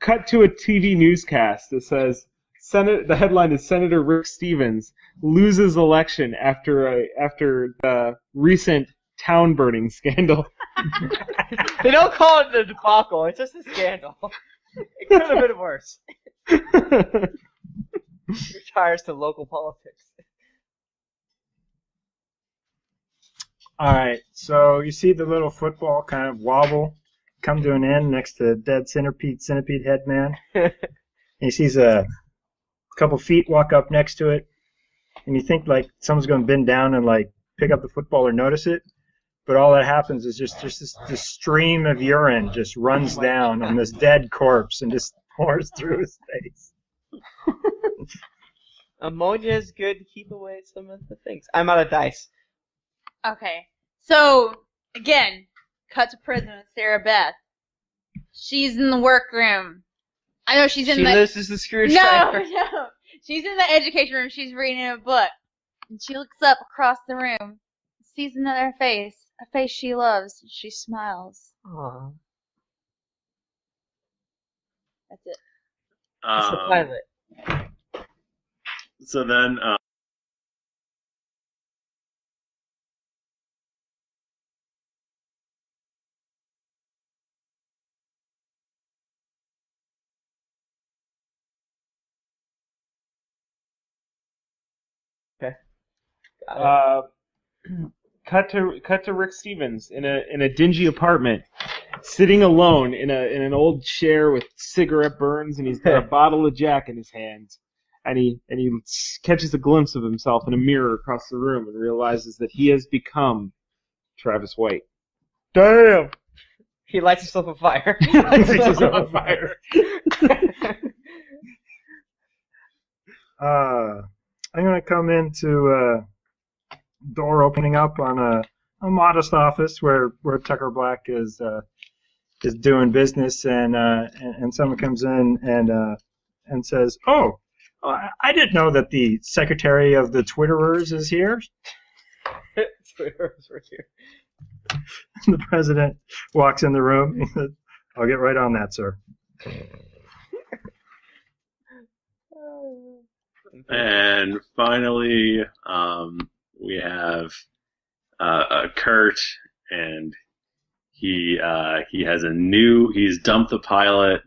[SPEAKER 4] Cut to a TV newscast that says Senate. The headline is Senator Rick Stevens loses election after a, after the recent town burning scandal.
[SPEAKER 2] They don't call it a debacle. It's just a scandal. It could have been worse. He retires to local politics.
[SPEAKER 5] All right, so you see the little football kind of wobble, come to an end next to dead centipede, centipede head man. and he sees a couple feet walk up next to it, and you think like someone's going to bend down and like pick up the football or notice it, but all that happens is just just this, this stream of urine just runs down on this dead corpse and just pours through his face.
[SPEAKER 2] Ammonia is good to keep away some of the things. I'm out of dice.
[SPEAKER 1] Okay. So again, cut to prison with Sarah Beth. She's in the workroom. I know she's in
[SPEAKER 2] she
[SPEAKER 1] the
[SPEAKER 2] loses the
[SPEAKER 1] no,
[SPEAKER 2] screwdriver.
[SPEAKER 1] no. She's in the education room. She's reading a book, and she looks up across the room, sees another face, a face she loves. and She smiles.
[SPEAKER 2] Aw.
[SPEAKER 1] That's it.
[SPEAKER 2] It's the
[SPEAKER 3] Um,
[SPEAKER 2] pilot.
[SPEAKER 3] so then, um,
[SPEAKER 4] Uh, cut to cut to Rick Stevens in a in a dingy apartment, sitting alone in a in an old chair with cigarette burns, and he's got a bottle of Jack in his hand, and he and he catches a glimpse of himself in a mirror across the room and realizes that he has become Travis White.
[SPEAKER 5] Damn.
[SPEAKER 2] He lights himself on fire.
[SPEAKER 4] Lights himself on fire.
[SPEAKER 5] Uh, I'm gonna come into uh, door opening up on a, a modest office where where Tucker Black is uh, is doing business, and, uh, and and someone comes in and uh, and says, "Oh, oh, I I didn't know that the secretary of the Twitterers is here."
[SPEAKER 2] Twitterers were here.
[SPEAKER 5] the president walks in the room. He says, I'll get right on that, sir.
[SPEAKER 3] and finally, um, we have uh, uh, Kurt, and he uh, he has a new. He's dumped the pilot.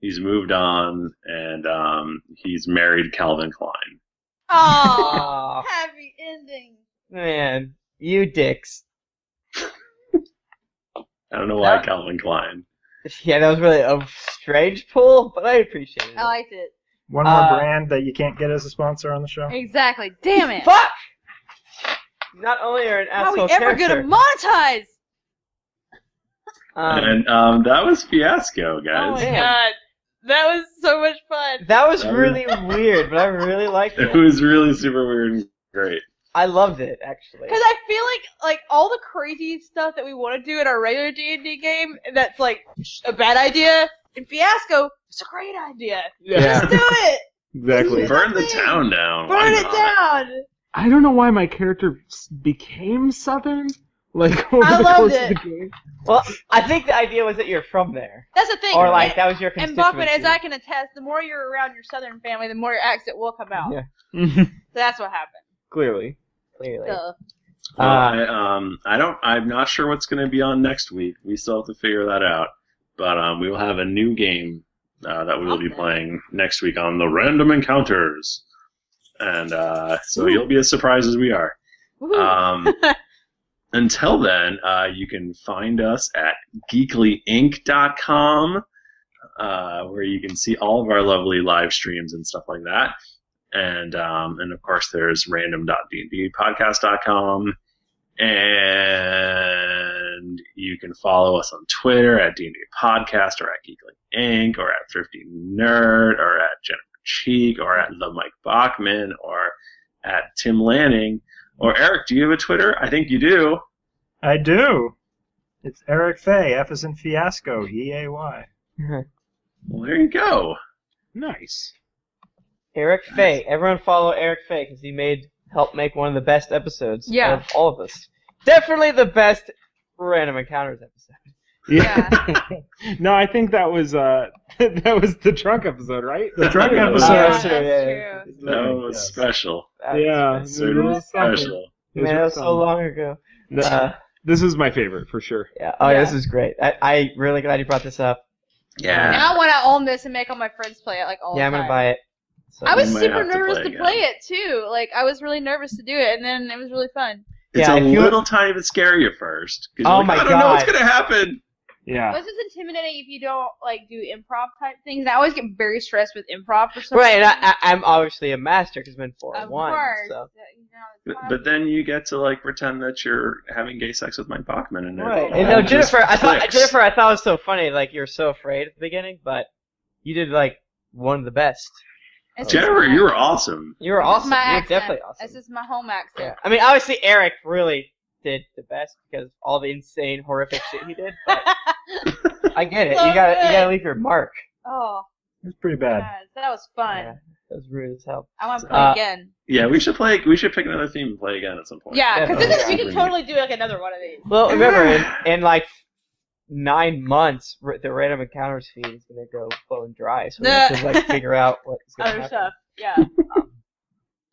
[SPEAKER 3] He's moved on, and um, he's married Calvin Klein.
[SPEAKER 7] Oh,
[SPEAKER 2] Aw,
[SPEAKER 7] happy ending.
[SPEAKER 2] man, you dicks.
[SPEAKER 3] I don't know why
[SPEAKER 2] Yeah.
[SPEAKER 3] Calvin Klein.
[SPEAKER 2] Yeah, that was really a strange pull, but I appreciate it.
[SPEAKER 1] I liked it.
[SPEAKER 5] One more
[SPEAKER 2] Uh,
[SPEAKER 5] brand that you can't get as a sponsor on the show.
[SPEAKER 1] Exactly. Damn it.
[SPEAKER 2] Fuck! Not only are an
[SPEAKER 1] How are we
[SPEAKER 2] asshole
[SPEAKER 1] ever
[SPEAKER 2] character,
[SPEAKER 1] gonna monetize?
[SPEAKER 2] um,
[SPEAKER 3] and um, that was fiasco,
[SPEAKER 1] Oh
[SPEAKER 3] guys.
[SPEAKER 1] my
[SPEAKER 2] Damn.
[SPEAKER 7] Uh,
[SPEAKER 1] god, that was so much fun.
[SPEAKER 2] that was
[SPEAKER 3] That was-
[SPEAKER 2] really weird, but I really liked
[SPEAKER 3] it
[SPEAKER 2] it.
[SPEAKER 3] was really super weird and great.
[SPEAKER 2] I loved it actually.
[SPEAKER 1] Because I feel like like all the crazy stuff that we want to do in our regular D and D game, that's like a bad idea. In Fiasco, it's a great idea. Let's do it.
[SPEAKER 4] exactly.
[SPEAKER 3] Burn the town down. why
[SPEAKER 1] Burn it
[SPEAKER 3] not?
[SPEAKER 1] down.
[SPEAKER 4] I don't know why my character s- became Southern. Like over
[SPEAKER 1] I
[SPEAKER 4] the
[SPEAKER 1] loved
[SPEAKER 4] course
[SPEAKER 1] it.
[SPEAKER 4] of the game.
[SPEAKER 2] Well, I think the idea was that you're from there,
[SPEAKER 1] That's the thing.
[SPEAKER 2] or
[SPEAKER 1] and-
[SPEAKER 2] like that was your
[SPEAKER 1] and
[SPEAKER 2] constituency.
[SPEAKER 1] Buckman, as I can attest, the more you're around your Southern family, the more your accent will come out.
[SPEAKER 4] Yeah.
[SPEAKER 1] So that's what happened.
[SPEAKER 4] Clearly.
[SPEAKER 2] clearly.
[SPEAKER 1] So
[SPEAKER 2] Uh,
[SPEAKER 3] Well, I, um, I don't. I'm not sure what's going to be on next week. We still have to figure that out. But um, we will have a new game uh, that we will be
[SPEAKER 1] Awesome.
[SPEAKER 3] playing next week on the Random Encounters, and uh, so you'll be as surprised as we are.
[SPEAKER 1] woohoo.
[SPEAKER 2] uh,
[SPEAKER 3] Um, until then, uh, you can find us at geeklyinc.com, uh, where you can see all of our lovely live streams and stuff like that. And um, and of course, there's random.dndpodcast.com. And you can follow us on Twitter at D&D Podcast or at Geekly Inc. or at Thrifty Nerd or at Jennifer Cheek or at the Mike Bachman or at Tim Lanning. Or Eric, do you have a Twitter? I think you do.
[SPEAKER 5] I do. It's Eric Fay, F is in Fiasco, E A Y.
[SPEAKER 3] Well, there you go.
[SPEAKER 4] Nice.
[SPEAKER 2] Eric Fay. Everyone follow Eric Fay because he made helped make one of the best episodes
[SPEAKER 1] Yeah.
[SPEAKER 2] of all of us. Definitely the best random encounters episode.
[SPEAKER 1] yeah.
[SPEAKER 4] No, I think that was uh that was the drunk episode, right?
[SPEAKER 5] The drug
[SPEAKER 3] Yeah.
[SPEAKER 4] Oh,
[SPEAKER 5] episode.
[SPEAKER 1] Yeah, that's
[SPEAKER 2] that's true, Uh, yeah.
[SPEAKER 1] true.
[SPEAKER 3] That was
[SPEAKER 5] Yes.
[SPEAKER 3] special.
[SPEAKER 2] That was-
[SPEAKER 4] yeah,
[SPEAKER 3] That's
[SPEAKER 4] it
[SPEAKER 3] sort of
[SPEAKER 4] was something.
[SPEAKER 3] special.
[SPEAKER 4] It was
[SPEAKER 2] Man, that was
[SPEAKER 4] something.
[SPEAKER 2] so long ago.
[SPEAKER 4] No,
[SPEAKER 2] Uh,
[SPEAKER 4] this is my favorite for sure.
[SPEAKER 2] yeah. Oh, yeah. this is great. I, I really glad you brought this up.
[SPEAKER 1] And
[SPEAKER 3] Yeah.
[SPEAKER 1] I want to own this and make all my friends play it like all
[SPEAKER 2] yeah,
[SPEAKER 1] the
[SPEAKER 2] I'm
[SPEAKER 1] time.
[SPEAKER 2] gonna buy it. So,
[SPEAKER 1] I was
[SPEAKER 3] might
[SPEAKER 1] super
[SPEAKER 3] have to
[SPEAKER 1] nervous
[SPEAKER 3] play
[SPEAKER 1] to
[SPEAKER 3] again.
[SPEAKER 1] play it too. Like I was really nervous to do it, and then it was really fun.
[SPEAKER 3] It's
[SPEAKER 2] Yeah,
[SPEAKER 3] a
[SPEAKER 2] if you-
[SPEAKER 3] little tiny bit scary at first. 'cause you're
[SPEAKER 2] Oh
[SPEAKER 3] like,
[SPEAKER 2] my
[SPEAKER 3] I don't know what's
[SPEAKER 2] God.
[SPEAKER 3] going to happen.
[SPEAKER 2] Ah.
[SPEAKER 4] Yeah.
[SPEAKER 1] This is intimidating if you don't like do improv type things. And I always get very stressed with improv for some
[SPEAKER 2] right. and
[SPEAKER 1] reason.
[SPEAKER 2] I, I, I'm obviously a master because I'm in four
[SPEAKER 1] of
[SPEAKER 2] and one.
[SPEAKER 1] course.
[SPEAKER 2] So.
[SPEAKER 1] that, you know, it's
[SPEAKER 3] But,
[SPEAKER 1] fun.
[SPEAKER 3] but then you get to like pretend that you're having gay sex with Mike Bachman and it
[SPEAKER 2] Right.
[SPEAKER 3] all
[SPEAKER 2] And no,
[SPEAKER 3] just
[SPEAKER 2] Jennifer, I thought
[SPEAKER 3] clicks.
[SPEAKER 2] Jennifer, I thought it was so funny. Like you were so afraid at the beginning, but you did like one of the best.
[SPEAKER 1] It's just
[SPEAKER 3] Jennifer,
[SPEAKER 1] my-
[SPEAKER 3] you were awesome.
[SPEAKER 2] You were
[SPEAKER 1] it's just
[SPEAKER 2] awesome.
[SPEAKER 1] My
[SPEAKER 2] You were
[SPEAKER 1] accent.
[SPEAKER 2] definitely awesome.
[SPEAKER 1] This is my home accent.
[SPEAKER 2] Yeah. I mean, obviously Eric really did the best because of all the insane, horrific shit he did. But I get it.
[SPEAKER 1] So
[SPEAKER 2] you gotta,
[SPEAKER 1] good.
[SPEAKER 2] you gotta leave your mark.
[SPEAKER 1] oh,
[SPEAKER 5] It's pretty
[SPEAKER 1] God,
[SPEAKER 5] bad.
[SPEAKER 1] that was fun.
[SPEAKER 2] Yeah, that was rude as hell.
[SPEAKER 1] I want to play
[SPEAKER 2] Uh,
[SPEAKER 1] again.
[SPEAKER 3] Yeah, we should play. We should pick another theme and play again at some point.
[SPEAKER 1] Yeah, because
[SPEAKER 2] definitely.
[SPEAKER 1] we could totally do like another one of these.
[SPEAKER 2] Well, remember in, in like nine months, r- the random encounters feed is going to go bone dry. So we
[SPEAKER 1] No.
[SPEAKER 2] have to like figure out what's going
[SPEAKER 1] Other
[SPEAKER 2] to happen.
[SPEAKER 1] stuff. Yeah. Um,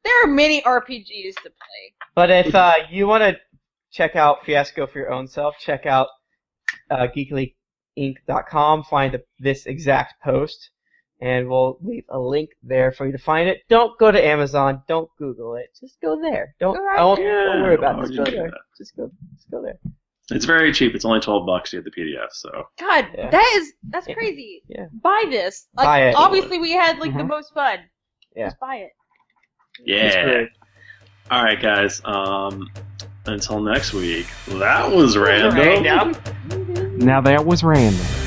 [SPEAKER 1] there are many RPGs to play.
[SPEAKER 2] But if uh, you want to check out Fiasco for your own self, check out uh, geeklyinc.com. Find the, this exact post, and we'll leave a link there for you to find it. Don't go to Amazon. Don't Google it. Just go there. Don't.
[SPEAKER 1] Go right
[SPEAKER 2] I won't,
[SPEAKER 3] there.
[SPEAKER 2] don't worry about
[SPEAKER 3] Why
[SPEAKER 2] it. Just
[SPEAKER 3] would Oh, you
[SPEAKER 2] go
[SPEAKER 3] do
[SPEAKER 2] there.
[SPEAKER 3] that?
[SPEAKER 2] Just go. Just go there.
[SPEAKER 3] It's very cheap. It's only twelve bucks to get the PDF. So
[SPEAKER 1] God,
[SPEAKER 2] Yeah.
[SPEAKER 1] that is that's
[SPEAKER 2] Yeah.
[SPEAKER 1] crazy.
[SPEAKER 2] Yeah.
[SPEAKER 1] Buy this. Like
[SPEAKER 2] Buy it. Mm-hmm.
[SPEAKER 1] obviously we had like the most fun.
[SPEAKER 2] Yeah.
[SPEAKER 1] Just buy it.
[SPEAKER 5] That's
[SPEAKER 3] yeah.
[SPEAKER 5] great.
[SPEAKER 3] All right, guys. Um, until next week. That was random.
[SPEAKER 2] Random.
[SPEAKER 4] Now that was random.
[SPEAKER 1] Ah!